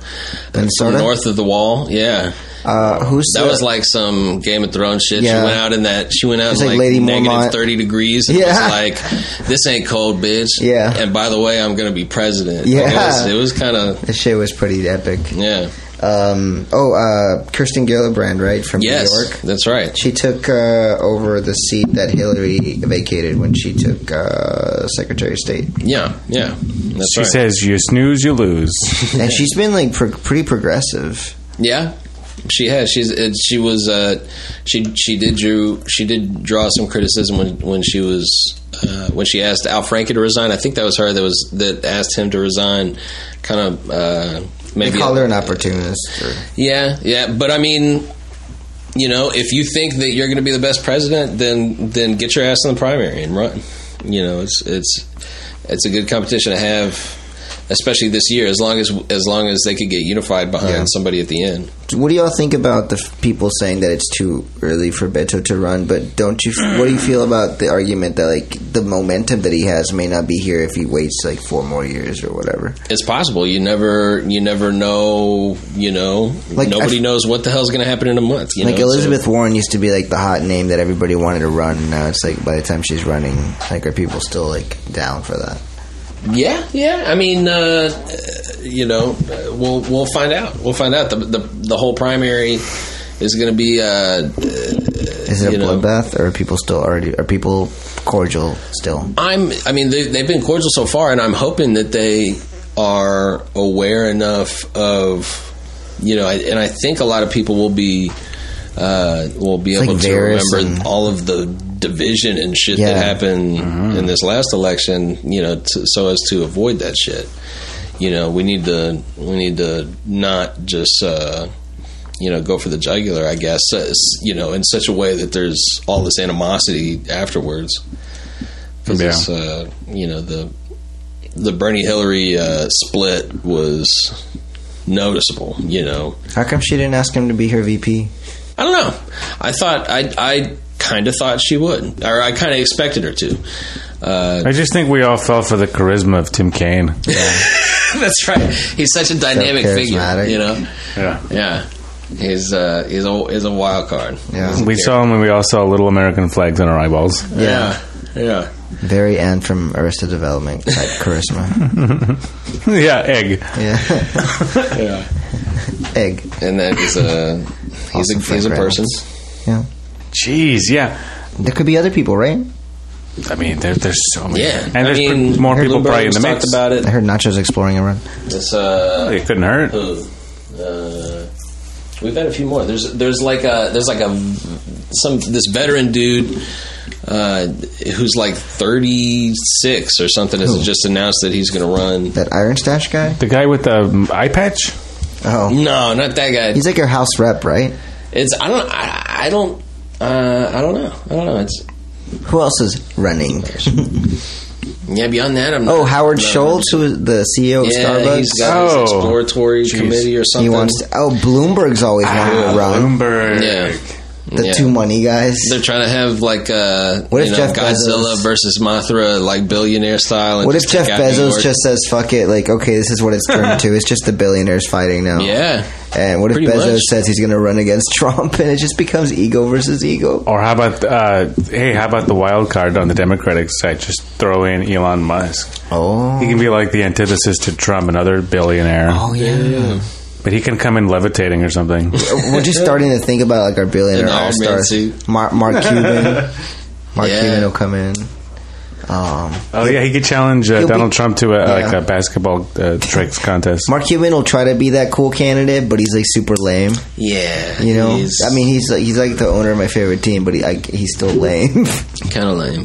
from
Minnesota?
north of the wall. Yeah,
Uh, who's
that
the-
was like some Game of Thrones shit. She
Yeah.
went out in that. She went out
It's
in
like
like,
Lady
negative
Mormont.
thirty degrees. And
Yeah.
was like, this ain't cold, bitch.
Yeah.
And by the way, I'm gonna be president. Like,
Yeah.
it was, kind of
The shit was pretty epic.
yeah.
Um, oh, uh, Kirsten Gillibrand, right from
Yes,
New York.
that's right.
She took uh, over the seat that Hillary vacated when she took uh, Secretary of State,
Yeah, yeah. That's
She
right.
says, you snooze, you lose.
and she's been like pro- pretty progressive.
yeah. She has. She's. It, she was. Uh, she. She did drew. She did draw some criticism when when she was uh, when she asked Al Franken to resign. I think that was her that was that asked him to resign. Kind of. Uh,
They
maybe
call her an opportunist. Or,
Yeah, yeah, but I mean, you know, if you think that you're going to be the best president, then then get your ass in the primary and run. You know, it's it's it's a good competition to have, especially this year. As long as as long as they could get unified behind
Yeah.
somebody at the end.
what do y'all think about the f- people saying that it's too early for Beto to run? But don't you? What do you feel about the argument that like the momentum that he has may not be here if he waits like four more years or whatever?
It's possible. You never you never know. You know,
Like,
nobody
I-
knows what the hell's going to happen in a month. You
Like
know? so-
Elizabeth Warren used to be like the hot name that everybody wanted to run. Now it's like by the time she's running, like are people still like down for that?
Yeah, yeah. I mean, uh, you know, uh, we'll we'll find out. We'll find out. The the, the whole primary is going to be. Uh,
Is it a
You know.
bloodbath, or are people still already are people cordial still?
I'm. I mean, they, they've been cordial so far, and I'm hoping that they are aware enough of, you know, I, and I think a lot of people will be uh, will be
It's
able
like
to
Varys
remember
and-
all of the division and shit that
Yeah. Mm-hmm.
happened in this last election. You know, t- so as to avoid that shit. You know, we need to we need to not just. Uh, you know, go for the jugular, I guess. So it's, you know, in such a way that there's all this animosity afterwards. 'Cause
Yeah.
it's, uh, you know the the Bernie Hillary uh, split was noticeable. You know,
How come she didn't ask him to be her VP?
I don't know. I thought I I kind of thought she would, or I kind of expected her to. Uh,
I just think we all fell for the charisma of Tim Kaine.
that's right. He's such a dynamic figure.
charismatic.
You know,
Yeah.
yeah. He's uh, he's a he's a wild card.
Yeah.
We saw him and we all saw little American flags in our eyeballs.
yeah, yeah.
Very Anne from Arrested Development type charisma.
yeah, egg.
Yeah,
yeah.
egg.
and that is a he's
Awesome
a he's a
Frank
person.
Reynolds. Yeah,
Jeez, yeah.
there could be other people, right?
I mean, there, there's so many.
Yeah,
And
I
there's
mean,
pr- more people
Bloomberg
probably in the
just
mix.
talked about
I
it.
heard Nacho's exploring a run.
It's uh,
it couldn't hurt.
Uh, we've had a few more. There's there's like a there's like a some this veteran dude uh, who's like 36 or something has just announced that he's going to run.
That Iron Stash guy?
The guy with the um, eye patch?
Oh,
No, not that guy.
he's like your house rep, right?
It's I don't I, I don't uh, I don't know I don't know. It's
Who else is running?
yeah. Beyond that, I'm.
Oh,
not-
Howard
no.
Schultz, who is the CEO of
Yeah,
Starbucks.
he's got
Oh.
his exploratory
Jeez.
committee or something.
he wants. To, oh, Bloomberg's always wanted to run.
Bloomberg.
Yeah.
The
Yeah.
two money guys.
They're trying to have like uh,
What if
you know,
Jeff
Godzilla
Bezos-
versus Mothra, like billionaire style. And
What if
just take
Jeff
out New
Bezos
York?
just says "fuck it"? Like, okay, this is what it's turned to. It's just the billionaires fighting now.
yeah?
And what if
Pretty
Bezos
much.
says he's going to run against Trump, and it just becomes ego versus ego?
Or how about, uh, hey, how about the wild card on the Democratic side? Just throw in Elon Musk.
Oh,
He can be like the antithesis to Trump, another billionaire.
oh yeah.
But he can come in levitating or something.
We're just starting to think about like our billionaire
An Iron
all
Man
stars.
suit.
Mark, Mark Cuban. Mark
Yeah.
Cuban will come in. Um,
Oh yeah, he could challenge uh,
He'll be-
Donald Trump to a, like
Yeah.
a basketball uh, tricks contest.
Mark Cuban will try to be that cool candidate, but he's like super lame.
Yeah,
You know,
he's
I mean, he's like, he's like the owner of my favorite team, but he I, he's still lame.
kind of lame.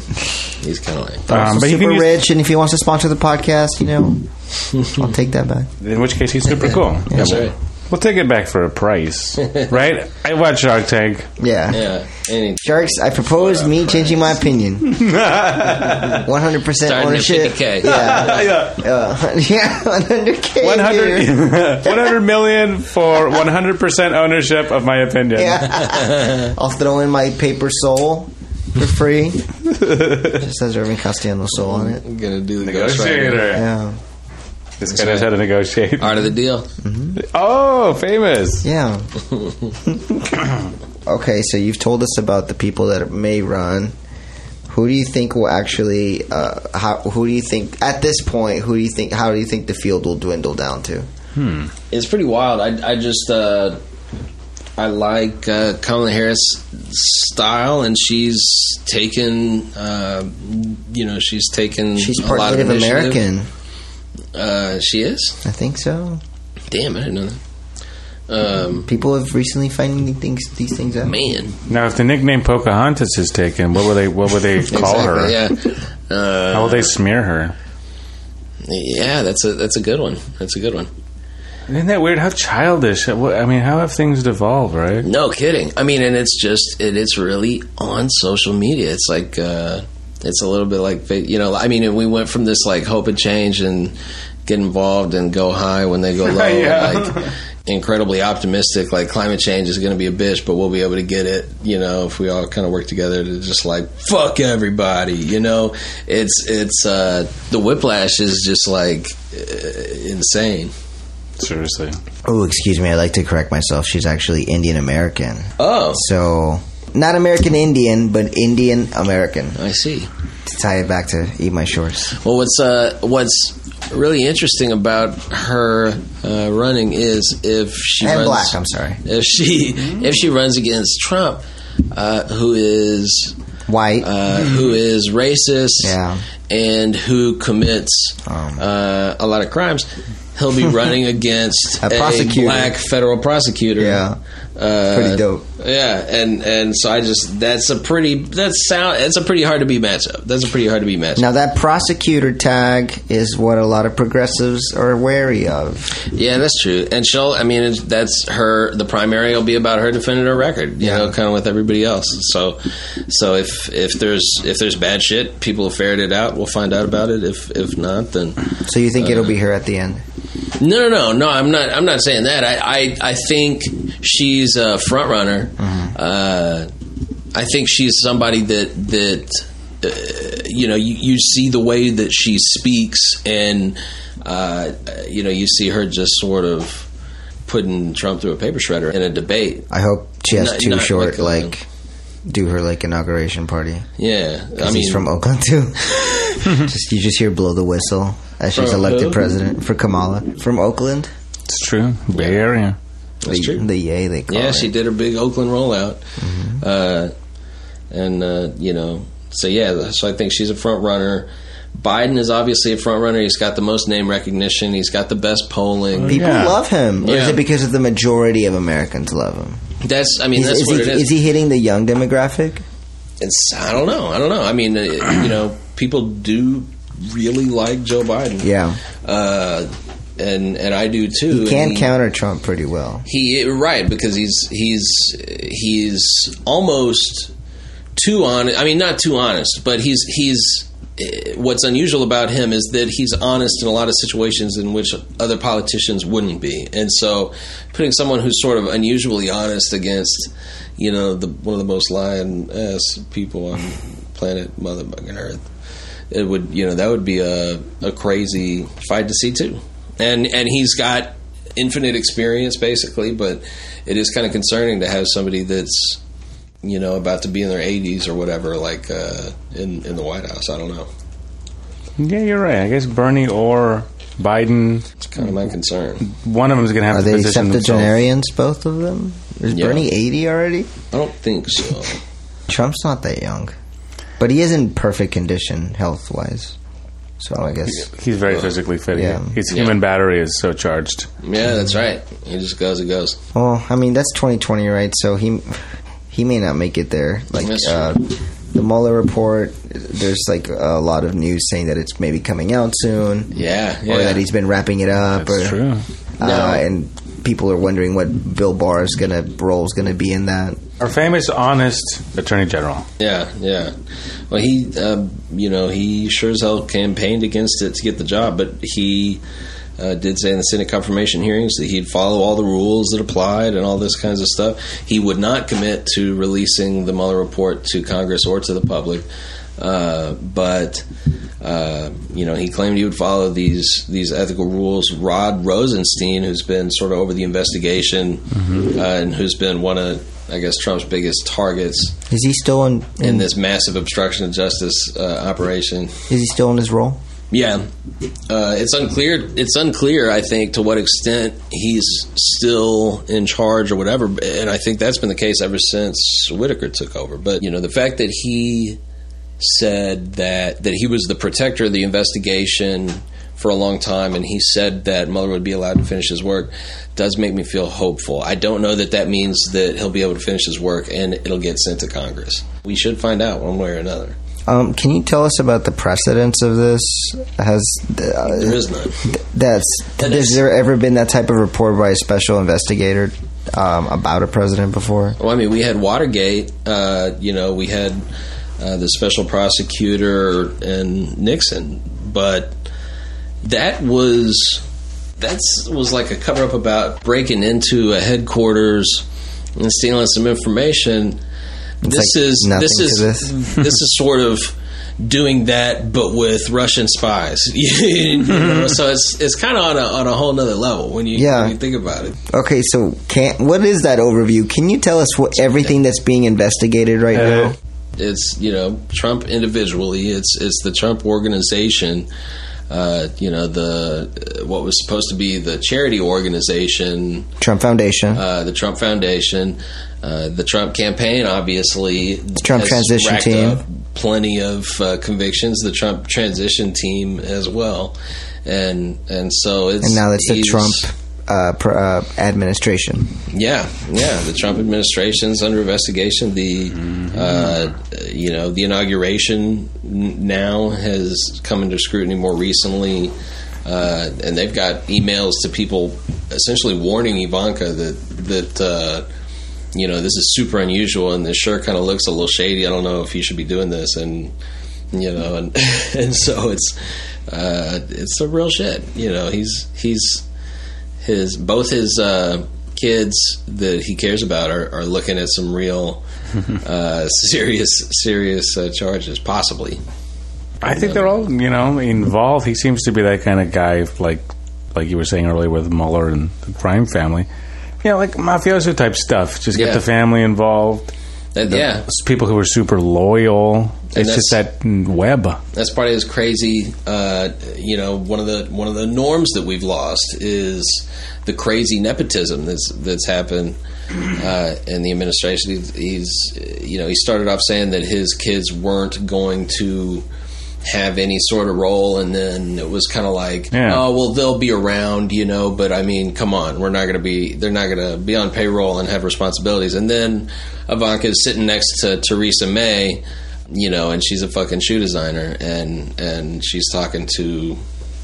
He's kind of lame.
Um, but he
super
can use-
rich, and if he wants to sponsor the podcast, you know, I'll take that back.
in which case he's super cool.
That's
we'll,
right.
we'll take it back for a price, right? I watch Shark Tank.
Yeah.
Yeah, and he-
Sharks, I propose me changing my opinion. 100%
Starting at
ownership.
50K.
Yeah.
yeah.
Uh, yeah, 100K.
100,
dude.
100 million for 100% ownership of my opinion.
Yeah. I'll throw in my paper soul for free. Just says Irving Castellano soul on it.
I'm gonna do the
Negotiator.
ghostwriter.
Yeah.
This guy knows how to negotiate.
Art of the deal.
Oh, famous.
Yeah. okay, so you've told us about the people that may run. Who do you think will actually? Uh, how, who do you think at this point? Who do you think? How do you think the field will dwindle down to?
It's pretty wild. I, I just uh, I like uh, Kamala Harris style, and she's taken uh, you know she's taken
She's
a
part
lot
Native
of initiative.
American.
Uh, she is.
I think so.
Damn, I didn't know that. Um,
People have recently finding things these things out.
man,
Now, if the nickname Pocahontas is taken, what would they what would they call her?
Exactly, Yeah. Uh,
How will they smear her?
yeah, that's a that's a good one. That's a good one.
Isn't that weird? How childish! What- I mean, how have things evolved, right?
No kidding. I mean, and it's just it, it's really on social media. It's like uh, it's a little bit like fa- you know. I mean, and we went from this like hope and change and get involved and go high when they go low. and,
Yeah.
like incredibly optimistic. Like climate change is going to be a bitch, but we'll be able to get it. You know, if we all kind of work together to just like fuck everybody. You know, it's it's uh, the whiplash is just like uh, insane.
Seriously,
Oh, excuse me. I'd like to correct myself. She's actually Indian American.
Oh,
So not American Indian, but Indian American.
I see.
To tie it back to Eat My Shorts.
Well, what's uh, what's really interesting about her uh, running is if she
And
runs,
black, I'm mm-hmm. sorry.
if she if she runs against Trump, uh, who is
White.
uh, who is racist
Mm-hmm. Yeah.
and who commits
Um.
uh, a lot of crimes, he'll be running against
A prosecutor.
black federal prosecutor.
Yeah.
Uh,
Pretty dope.
Yeah, and and so I just that's a pretty that's sound that's a pretty hard to be matchup. That's a pretty hard to be matchup.
Now that prosecutor tag is what a lot of progressives are wary of.
Yeah, that's true. And she'll, I mean, it's, that's her, the primary will be about her defending her record, you
Yeah.
know, kind of with everybody else. So, so if, if there's, if there's bad shit, people will ferret it out. We'll find out about it. If, if not, then
So you
Uh,
think it'll be her at the end?
no, no, no, no. I'm not, I'm not saying that. I, I, I think she's a front runner.
Mm-hmm.
Uh, I think she's somebody that, that, uh, you know, you, you see the way that she speaks and, uh, you know, you see her just sort of, putting Trump through a paper shredder in a debate.
I hope she has
Not-
too
not
short,
like-
like do her like inauguration party.
Yeah, I
'Cause
mean,
he's from Oakland too. just you just hear blow the whistle as she's
From
elected
who?
president for Kamala from Oakland.
it's true. Bay Area.
That's
the,
true.
The yay they call
yeah,
it.
she did her big Oakland rollout,
Mm-hmm.
uh, and uh, you know, so yeah, so I think she's a front runner. Biden is obviously a front runner. He's got the most name recognition. He's got the best polling.
People
Yeah.
love him, or is
Yeah.
it because of the majority of Americans love him?
That's, I mean,
Is-
that's
is
what
he,
it is.
he hitting the young demographic?
It's, I don't know. I don't know. I mean, uh, you know, people do really like Joe Biden.
Yeah,
uh, and and I do too.
he can
And
counter Trump pretty well.
He right because he's he's he's almost too honest. I mean, not too honest, but he's he's. eh, What's unusual about him is that he's honest in a lot of situations in which other politicians wouldn't be, and so putting someone who's sort of unusually honest against, you know, the one of the most lying ass people on planet motherfucking Earth, it would you know that would be a a crazy fight to see too, and and he's got infinite experience basically, but it is kind of concerning to have somebody that's you know about to be in their 80s or whatever like uh, in in the White House. I don't know.
Yeah, you're right. I guess Bernie or Biden,
It's kind of my concern.
one of them is going to have
Are
to
they
position themselves.
septuagenarians, both of them? Is
Yeah.
Bernie 80 already?
I don't think so.
Trump's not that young. But he is in perfect condition health wise. So I guess
He's very physically fit.
yeah.
He- His human battery is so charged.
Yeah, that's right. He just goes and goes.
Well, I mean that's 2020, right? So he he may not make it there. Like
That's true.
uh, the Mueller report, there's like a lot of news saying that it's maybe coming out soon.
Yeah,
Or
yeah.
that he's been wrapping it up.
That's
or,
true.
Uh,
No.
And people are wondering what Bill Barr's gonna role's gonna be in that.
Our famous, honest attorney general.
Yeah, yeah. Well, he, uh, you know, he sure as hell campaigned against it to get the job, but he uh, did say in the Senate confirmation hearings that he'd follow all the rules that applied and all this kinds of stuff. He would not commit to releasing the Mueller report to Congress or to the public, uh, but. Uh, you know, he claimed he would follow these these ethical rules. Rod Rosenstein, who's been sort of over the investigation uh, and who's been one of, I guess, Trump's biggest targets
Is he still in? in,
in this massive obstruction of justice uh, operation.
Is he still in his role?
Yeah, uh, it's unclear. It's unclear, I think, to what extent he's still in charge or whatever. And I think that's been the case ever since Whitaker took over. But you know, the fact that he said that that he was the protector of the investigation for a long time, and he said that Mueller would be allowed to finish his work, does make me feel hopeful. I don't know that that means that he'll be able to finish his work and it'll get sent to Congress. We should find out one way or another.
Um, can you tell us about the precedence of this? Has
There
uh,
is none.
that's
That
has
is-
there ever been that type of report by a special investigator um, about a president before?
Well, I mean, we had Watergate. Uh, you know, we had uh, the special prosecutor and Nixon, but that was that's was like a cover up about breaking into a headquarters and stealing some information. this
like
is
nothing
this
to
is
this.
this is sort of doing that, but with Russian spies. You know, so it's it's kind of on a on a whole nother level when you,
Yeah.
when you think about it.
Okay, so can what is that overview? Can you tell us what everything that's being investigated right
Uh-huh.
Uh,
now?
it's you know Trump individually. It's it's the Trump organization. Uh, you know the uh, what was supposed to be the charity organization,
Trump Foundation.
uh, the Trump Foundation, uh, the Trump campaign. Obviously, the
Trump transition team.
plenty of uh, convictions. The Trump transition team as well, and and so it's
and now that's the
he's-
Trump uh, pr- uh, administration.
yeah, yeah. The Trump administration's under investigation. The uh, you know the inauguration n- now has come under scrutiny more recently, uh, and they've got emails to people essentially warning Ivanka that that uh, you know this is super unusual and this sure kind of looks a little shady. I don't know if you should be doing this, and you know, and and so it's uh, it's some real shit. You know, he's he's his both his uh, kids that he cares about are, are looking at some real uh, serious serious uh, charges, possibly.
I think they're all, you know, involved. He seems to be that kind of guy, like like you were saying earlier with Mueller and the crime family. You know, like mafioso type stuff. Just get
Yeah.
the family involved.
That,
The-
yeah,
it's people who are super loyal. it's just
that's-
that mm, web.
that's part of his crazy. Uh, you know, one of the one of the norms that we've lost is the crazy nepotism that's that's happened uh, in the administration. He's, he's you know he started off saying that his kids weren't going to have any sort of role, and then it was kind of like,
Yeah.
oh well, they'll be around, you know. But I mean, come on, we're not going to be they're not going to be on payroll and have responsibilities. And then Ivanka is sitting next to Theresa May you know, and she's a fucking shoe designer, and and she's talking to,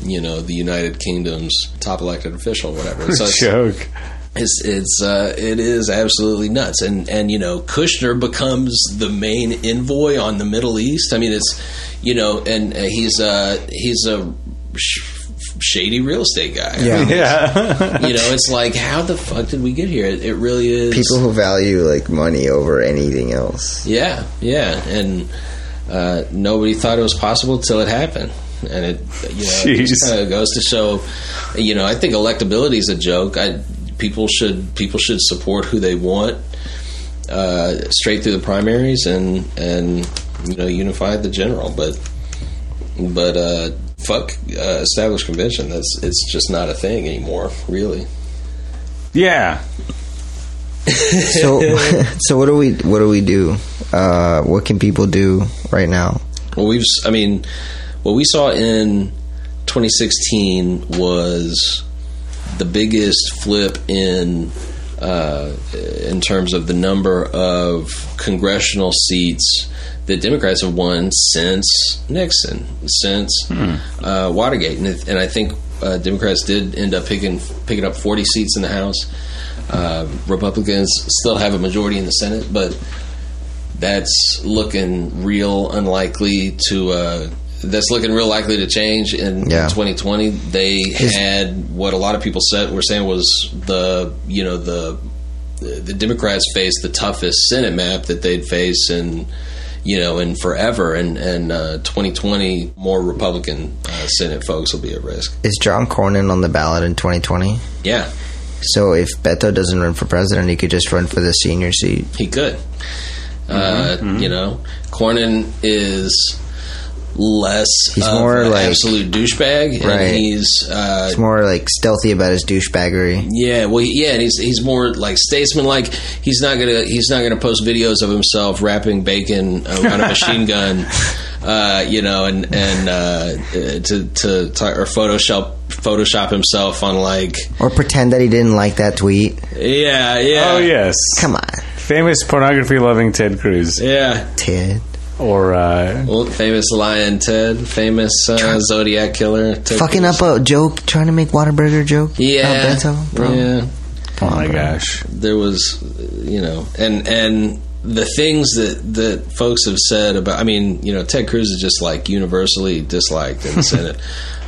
you know, the United Kingdom's top elected official, whatever. So it's,
Joke.
it's it's uh, it is absolutely nuts, and and you know, Kushner becomes the main envoy on the Middle East. I mean, it's you know, and uh, he's uh, he's a sh- shady real estate guy.
Yeah.
Yeah.
You know, it's like how the fuck did we get here? It, it really is
People who value like money over anything else.
Yeah, yeah, and uh, nobody thought it was possible till it happened, and it you know it just
Jeez.
kinda goes to show, you know, I think electability is a joke. I people should people should support who they want uh, straight through the primaries and and you know unify the general, but but uh, fuck uh, established convention. That's it's just not a thing anymore, really.
yeah.
So, so what do we what do we do? Uh, what can people do right now?
Well, we've, s- I mean, what we saw in 2016 was the biggest flip in uh, in terms of the number of congressional seats that Democrats have won since Nixon, since uh, Watergate, and, it, and I think uh, Democrats did end up picking picking up 40 seats in the House. Uh, Republicans still have a majority in the Senate, but that's looking real unlikely to uh, that's looking real likely to change in
Yeah.
2020. They had what a lot of people said were saying was the you know the the Democrats faced the toughest Senate map that they'd face in you know in forever, and and uh, 2020 more Republican uh, Senate folks will be at risk.
Is John Cornyn on the ballot in 2020?
Yeah,
So if Beto doesn't run for president, he could just run for the senior seat.
he could. Uh,
Mm-hmm,
You know, Cornyn is less
He's
of
more
an
like-
absolute douchebag,
Right.
and he's uh,
It's more like stealthy about his douchebaggery.
yeah, well, yeah, and he's he's more like statesman-like. He's not gonna he's not gonna post videos of himself wrapping bacon around a machine gun, uh, you know, and and uh, uh, to to t- or Photoshop Photoshop himself on like
Or pretend that he didn't like that tweet.
yeah yeah
Oh yes,
Come on,
famous pornography loving Ted Cruz
yeah.
Ted.
or uh,
Well, famous lion Ted, famous uh, Zodiac killer, Ted
Fucking
Cruz.
up a joke, trying to make Whataburger joke.
yeah,
About Beto, bro.
yeah.
oh my gosh,
there was uh, you know and and the things that that folks have said about i mean you know ted cruz is just like universally disliked in the senate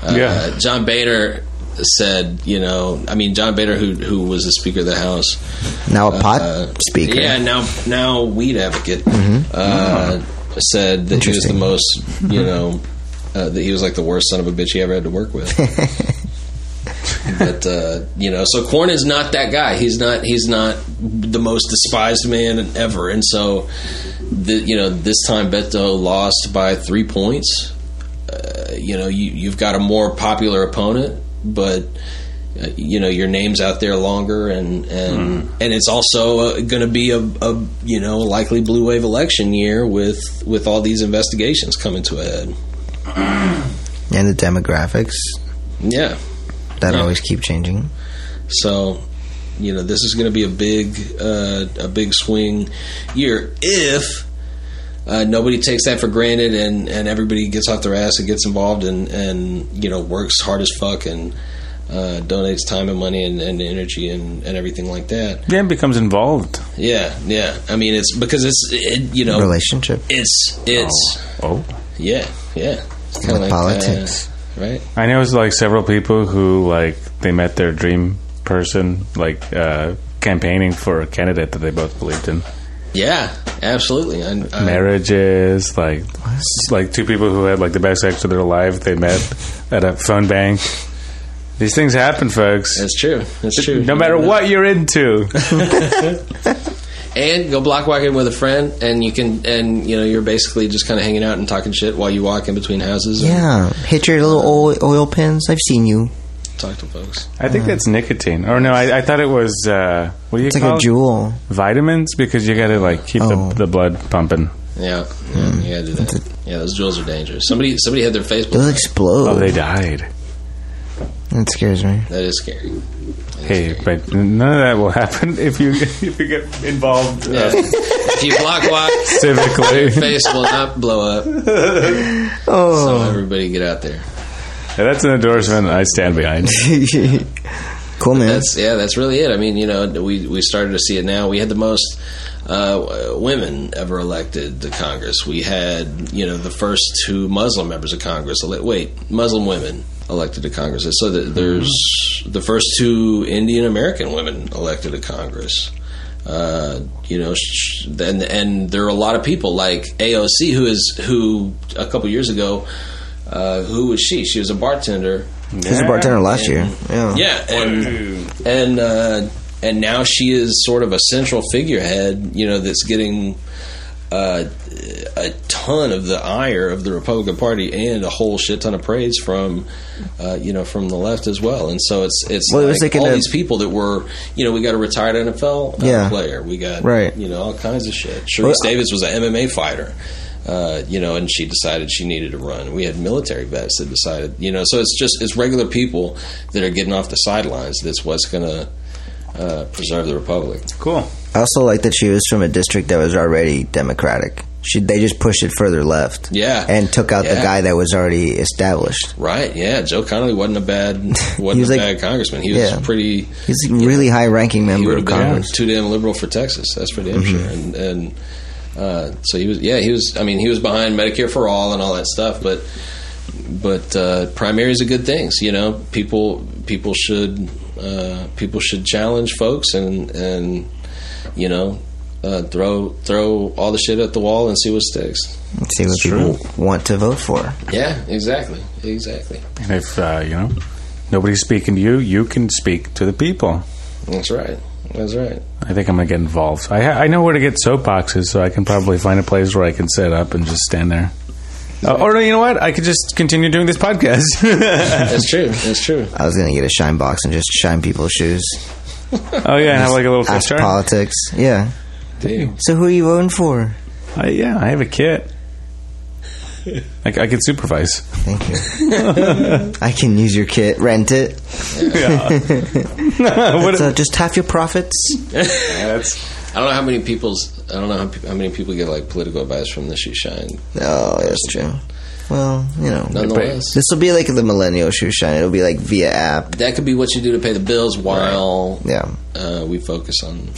uh,
Yeah.
john bader said you know i mean john bader who who was the speaker of the house
Now a pot
uh,
speaker. Mm-hmm.
Yeah, now now weed advocate uh, said that he was
Oh. Interesting.
the
Mm-hmm.
most, you know, uh, that he was like the worst son of a bitch he ever had to work with. but uh, you know, so Corn is not that guy. He's not. He's not the most despised man ever. And so, the, you know, this time Beto lost by three points. Uh, you know, you, you've got a more popular opponent, but uh, you know your name's out there longer, and and and it's also going to be a, a you know likely blue wave election year with with all these investigations coming to a head.
And the demographics
Yeah,
that
Yeah.
always keep changing.
So, you know, this is going to be a big uh, a big swing year if uh, nobody takes that for granted and and everybody gets off their ass and gets involved and and you know works hard as fuck and. Uh, donates time and money and, and energy and, and everything like that.
Dan becomes involved.
Yeah, yeah. I mean, it's because it's it, you know
Relationship.
it's it's
Oh,
yeah yeah. It's kinda
With politics.
uh, right?
I know it's like several people who like they met their dream person like uh, campaigning for a candidate that they both believed in.
Yeah, absolutely. I, I,
Marriages, like s- like two people who had like the best sex of their life, they met at a phone bank. These things happen, folks.
That's true. That's true.
No matter what you're into,
and go block walking with a friend, and you can, and you know, you're basically just kind of hanging out and talking shit while you walk in between houses. and
Yeah. Hit your little oil, oil pins. I've seen you.
talk to folks.
I think that's nicotine. Or no, I, I thought it was uh, what do you
It's
call
like a
it?
jewel.
vitamins because you got to like keep
Oh.
the, the blood pumping.
Yeah, yeah, you gotta do that. Yeah, those jewels are dangerous. Somebody, somebody had their
It'll
Facebook.
explode.
Oh, they died.
That scares me.
That is scary.
Hey, but none of that will happen if you if you get involved uh,
Yeah. if you block walk, your
civically.
face will not blow up. So
Oh.
everybody get out there.
Yeah, that's an endorsement I stand behind.
cool, man.
That's yeah, that's really it. I mean, you know, we we started to see it now. We had the most uh, women ever elected to Congress. We had you know the first two Muslim members of Congress. Ele- wait, Muslim women elected to Congress. So that there's the first two Indian American women elected to Congress. Uh, you know, sh- and and there are a lot of people like AOC who is who a couple years ago. Uh, who was she? She was a bartender.
He was a bartender last year. Yeah.
Yeah, and and uh, and now she is sort of a central figurehead, you know, that's getting uh, a ton of the ire of the Republican Party and a whole shit ton of praise from, uh, you know, from the left as well. And so it's it's
Well, it
like,
was like in
all
a-
these people that were, you know, we got a retired NFL uh,
Yeah.
player, we got
Right.
you know, all kinds of shit. Sharice
Well, I-
Davis was an MMA fighter. Uh, you know, and she decided she needed to run. We had military vets that decided, you know, so it's just it's regular people that are getting off the sidelines. That's what's going to uh, preserve the republic.
Cool.
I also like that she was from a district that was already Democratic. She, they just pushed it further left.
Yeah.
And took out the
Yeah.
guy that was already established.
Right? Yeah, Joe Connolly wasn't a bad wasn't
was
a
like-
bad congressman. He was
yeah.
pretty.
He's a really high ranking
He
member
would
of
have been
Congress.
too damn liberal for Texas. That's for damn sure. And and uh, so he was. Yeah, he was. I mean, he was behind Medicare for all and all that stuff. But but uh, primaries are good things. You know, people people should uh, people should challenge folks and and you know. Uh, throw throw all the shit at the wall and see what sticks.
Let's see what people want to vote for.
Yeah, exactly, exactly.
And if uh, you know nobody's speaking to you, you can speak to the people.
That's right. That's right.
I think I'm gonna get involved. I ha- I know where to get soapboxes, so I can probably find a place where I can set up and just stand there. Uh, or no, you know what? I could just continue doing this podcast.
That's true. That's true.
I was going to get a shine box and just shine people's shoes.
oh yeah, and have like a little
Ask
picture.
politics. Yeah.
Damn.
So who are you voting for?
I, yeah, I have a kit. I, I could supervise.
Thank you. I can use your kit, rent it.
What-
So just half your profits.
that's-
I don't know how many people's. I don't know how, pe- how many people get like political advice from the shoe shine.
Oh, that's true. Well, you know.
Nonetheless,
This will be like the millennial shoe shine. It'll be like via app.
that could be what you do to pay the bills while
Yeah.
uh, we focus on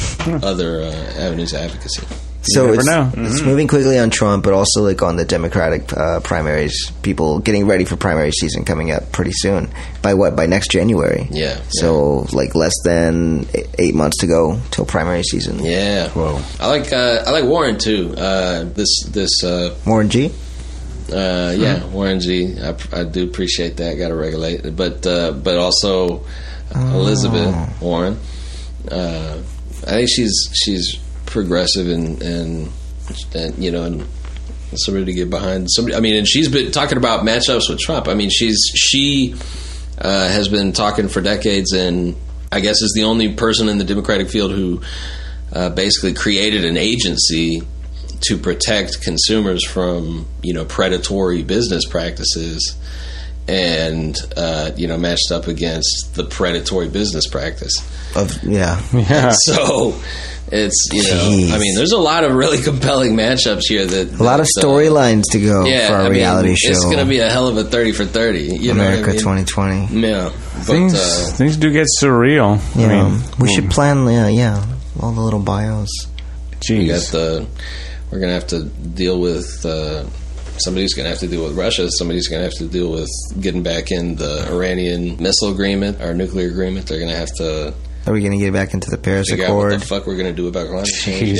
other uh, avenues of advocacy.
So
never
it's,
know. Mm-hmm.
it's moving quickly on Trump, but also like on the Democratic uh, primaries. People getting ready for primary season coming up pretty soon. By what? By next January.
Yeah.
So like less than e- eight months to go till primary season.
Yeah.
Whoa.
I like uh, I like Warren too. Uh, this this uh,
Warren G.
uh, yeah Warren G. I, I do appreciate that. Got to regulate, but uh, but also uh, Elizabeth Warren. Uh, I think she's she's progressive and and, and you know and somebody to get behind somebody. I mean, and she's been talking about matchups with Trump. I mean, she's she uh, has been talking for decades, and I guess is the only person in the Democratic field who uh, basically created an agency to protect consumers from you know predatory business practices. And uh, you know, matched up against the predatory business practice.
Of yeah.
yeah.
So it's you know,
Jeez.
I mean, there's a lot of really compelling matchups here. That
A
uh,
lot of storylines to go
yeah,
for our
I mean,
reality show.
It's going to be a hell of a thirty for thirty. You
America
know what
2020.
I mean? Yeah,
Things
but uh,
things do get surreal.
Yeah. Um,
I mean,
we
hmm.
should plan. Yeah, yeah. All the little bios.
we got
jeez.
the we're going to have to deal with. Uh, Somebody's going to have to deal with Russia. Somebody's going to have to deal with getting back in the Iranian missile agreement, our nuclear agreement. They're going to have to
Are we going to get back into the Paris
figure out what
Accord?
the fuck we're going to do about climate change.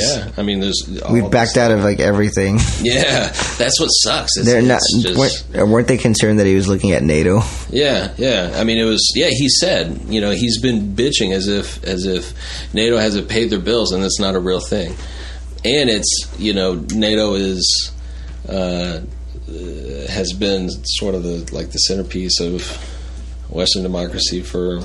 Jeez.
Yeah, I mean, there's all
We've backed
this-
out of like everything.
Yeah, that's what sucks. It's,
They're not.
it's just-
weren't, weren't they concerned that he was looking at NATO?
Yeah, yeah. I mean, it was. Yeah, he said. You know, he's been bitching as if as if NATO hasn't paid their bills, and that's not a real thing. And it's you know NATO is uh, uh, has been sort of the like the centerpiece of Western democracy for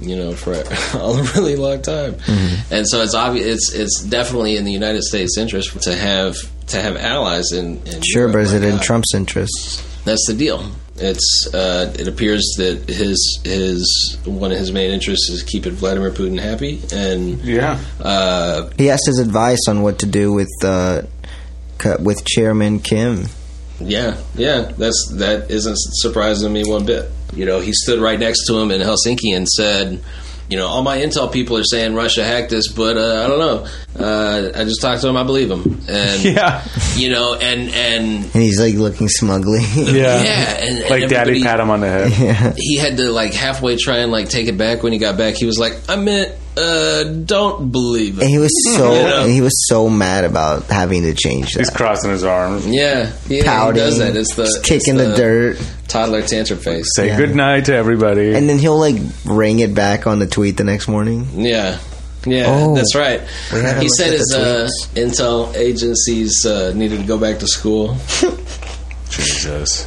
you know for a really long time.
Mm-hmm.
And so it's obvious. It's it's definitely in the United States' interest to have to have allies in. in
Sure,
Europe
but is
like
it in
that.
Trump's interests?
That's the deal. It's uh, it appears that his his one of his main interests is keeping Vladimir Putin happy, and
Yeah.
uh,
He asked his advice on what to do with uh, cu- with Chairman Kim.
yeah, yeah, that's that isn't surprising me one bit. You know, he stood right next to him in Helsinki and said. You know, all my intel people are saying Russia hacked this, but uh, I don't know. Uh, I just talked to him; I believe him. And
Yeah.
you know, and and
And he's like looking smugly.
Yeah.
Yeah, and- and
like Daddy
everybody-
pat him on the head.
he had to like halfway try and like take it back. When he got back, he was like, "I meant, uh, don't believe
And
it."
he was so
Yeah.
and he was so mad about having to change
He's
that.
crossing his arms.
Yeah, yeah,
Pouting,
he does that. It's the
just
it's
kicking the dirt.
toddler tantrum face.
Say
Yeah.
good night to everybody.
And then he'll like ring it back on the tweet the next morning.
Yeah, Yeah,
Oh.
that's right.
We haven't
He
looked
said
at
his
the
uh, intel agencies uh, needed to go back to school.
Jesus.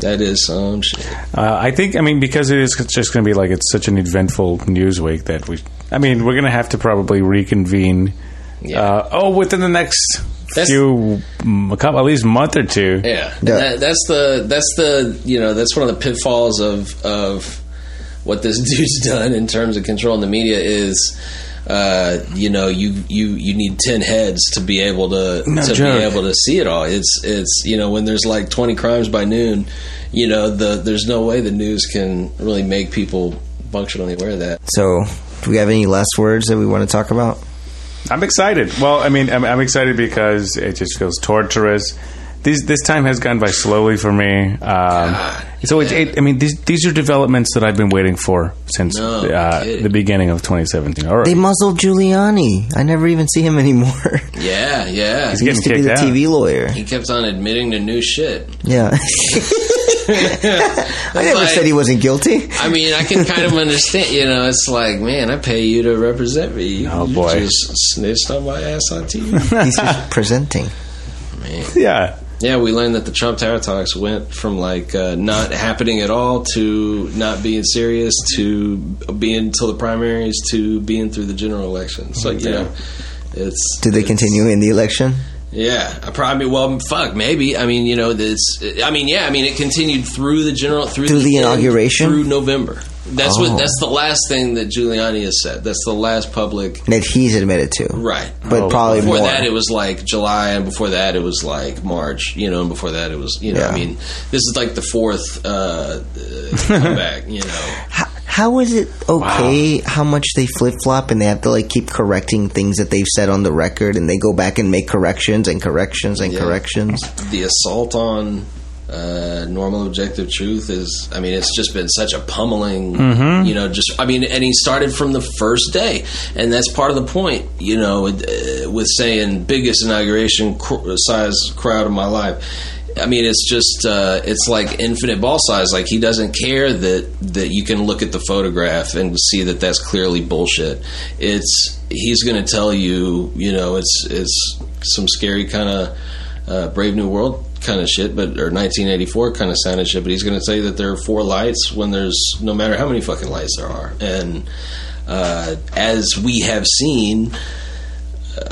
That is some shit.
Uh, I think, I mean, because it is just going to be like it's such an eventful news week that we, I mean, we're going to have to probably reconvene.
Yeah.
Uh, oh, within the next
That's-
few, mm, a couple, at least month or two.
Yeah,
Yeah.
That, that's the that's the you know that's one of the pitfalls of of what this dude's done in terms of controlling the media is. Uh, you know, you, you, you need ten heads to be able to
No
to
joke.
be able to see it all. It's it's you know when there's like twenty crimes by noon, you know the there's no way the news can really make people functionally aware of that.
So, do we have any last words that we want to talk about?
I'm excited. Well, I mean, I'm, I'm excited because it just feels torturous. These, this time has gone by slowly for me. Um, so, it, it, I mean, these, these are developments that I've been waiting for since
No
uh,
kidding.
the beginning of 2017. All right.
They muzzled Giuliani. I never even see him anymore.
Yeah, yeah.
he used to be the
kicked out.
TV lawyer.
He kept on admitting to new shit.
Yeah. I never
like-
said he wasn't guilty.
I mean, I can kind of understand. You know, it's like, man, I pay you to represent me. You
Oh, boy.
just snitched on my ass on TV.
He's just presenting.
yeah.
yeah, we learned that the Trump Tower talks went from like uh, not happening at all to not being serious to being till the primaries to being through the general election.
Oh,
So you know, it's
Did they
it's-
continue in the election?
Yeah, I probably well, fuck, maybe. I mean, you know, it's. I mean, yeah, I mean, it continued through the general through,
Through the
end,
inauguration?
through November. That's
Oh.
what. That's the last thing that Giuliani has said. That's the last public.
That he's admitted to.
Right.
But probably
before
more.
that, it was like July, and before that, it was like March. You know, and before that, it was you know.
Yeah.
I mean, this is like the fourth uh, uh, comeback. you know,
how, how is it okay how much they flip flop and they have to like keep correcting things that they've said on the record and they go back and make corrections and corrections and
Yeah.
corrections?
the assault on uh, normal objective truth is i mean it's just been such a pummeling you know just i mean and he started from the first day and that's part of the point you know with, uh, with saying biggest inauguration cr- size crowd of my life I mean, it's just uh, it's like infinite ball size. Like he doesn't care that that you can look at the photograph and see that that's clearly bullshit. It's he's going to tell you, you know, it's it's some scary kind of uh, Brave New World kind of shit, but or 1984 kind of sounded shit. But he's going to tell you that there are four lights when there's no matter how many fucking lights there are. And uh, as we have seen,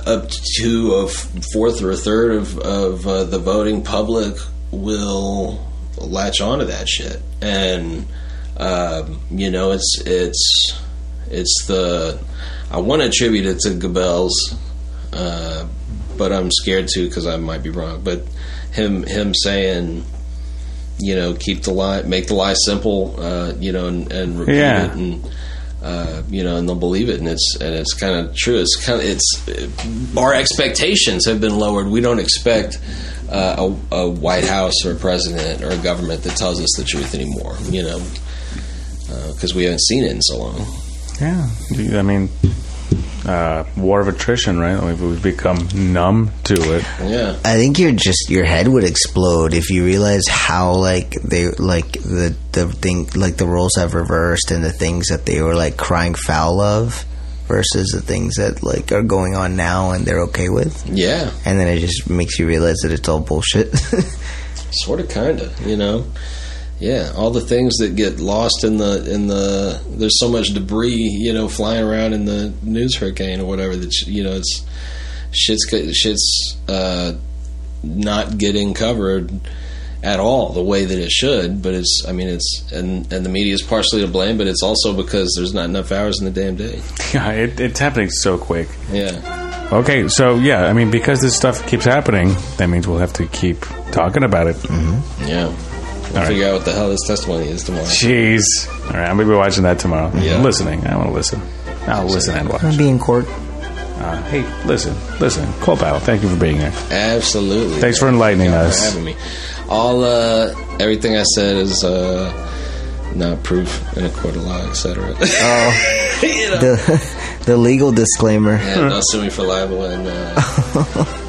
uh, up to a f- fourth or a third of, of uh, the voting public will latch onto that shit, and um, you know it's it's it's the I want to attribute it to Goebbels, uh, but I'm scared to because I might be wrong. But him him saying. You know, keep the lie, make the lie simple. Uh, you know, and, and repeat
Yeah.
it, and uh, you know, and they'll believe it, and it's and it's kind of true. It's kind of it's uh, our expectations have been lowered. We don't expect uh, a, a White House or a president or a government that tells us the truth anymore. You know, because we haven't seen it in so long.
Yeah. I mean, uh, war of attrition, right? We've, we've become numb to it.
Yeah,
I think you're just your head would explode if you realize how like they like the the thing like the roles have reversed and the things that they were like crying foul of versus the things that like are going on now and they're okay with.
yeah,
And then it just makes you realize that it's all bullshit.
sort of, kind of. You know, yeah, all the things that get lost in the in the there's so much debris, you know, flying around in the news hurricane or whatever. That you know, it's shit's go- shit's uh, not getting covered at all the way that it should. But it's, I mean, it's and and the media is partially to blame, but it's also because there's not enough hours in the damn day.
Yeah, it, it's happening so quick.
Yeah,
Okay, so yeah, I mean, because this stuff keeps happening, that means we'll have to keep talking about it.
yeah. We'll
right.
figure out what the hell this testimony is tomorrow.
Jeez. All right, I'm going to be watching that tomorrow.
Yeah.
Listening. I want to listen. I'll listen and
I'll
watch.
be in court.
Uh, hey, listen, listen. Cole Powell, thank you for being here.
Absolutely.
Thanks for enlightening
Thank you
us.
For having me. All uh, everything I said is uh, not proof in a court of law, etc.
The the legal disclaimer.
and don't sue me for libel. And uh,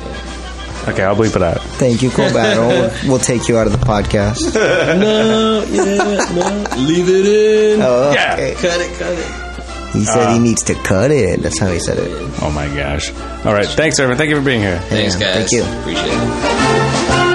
Okay, I'll bleep it out.
Thank you, Cole Battle. We'll, we'll take you out of the podcast.
no, yeah, no, leave it in.
Oh,
Yeah. Uh,
okay.
Cut it, cut it.
He said he needs to cut it. That's how he said it.
Oh my gosh! All right, thanks everyone. Thank you for being here.
Thanks,
Yeah,
guys.
thank you.
Appreciate it.
Bye.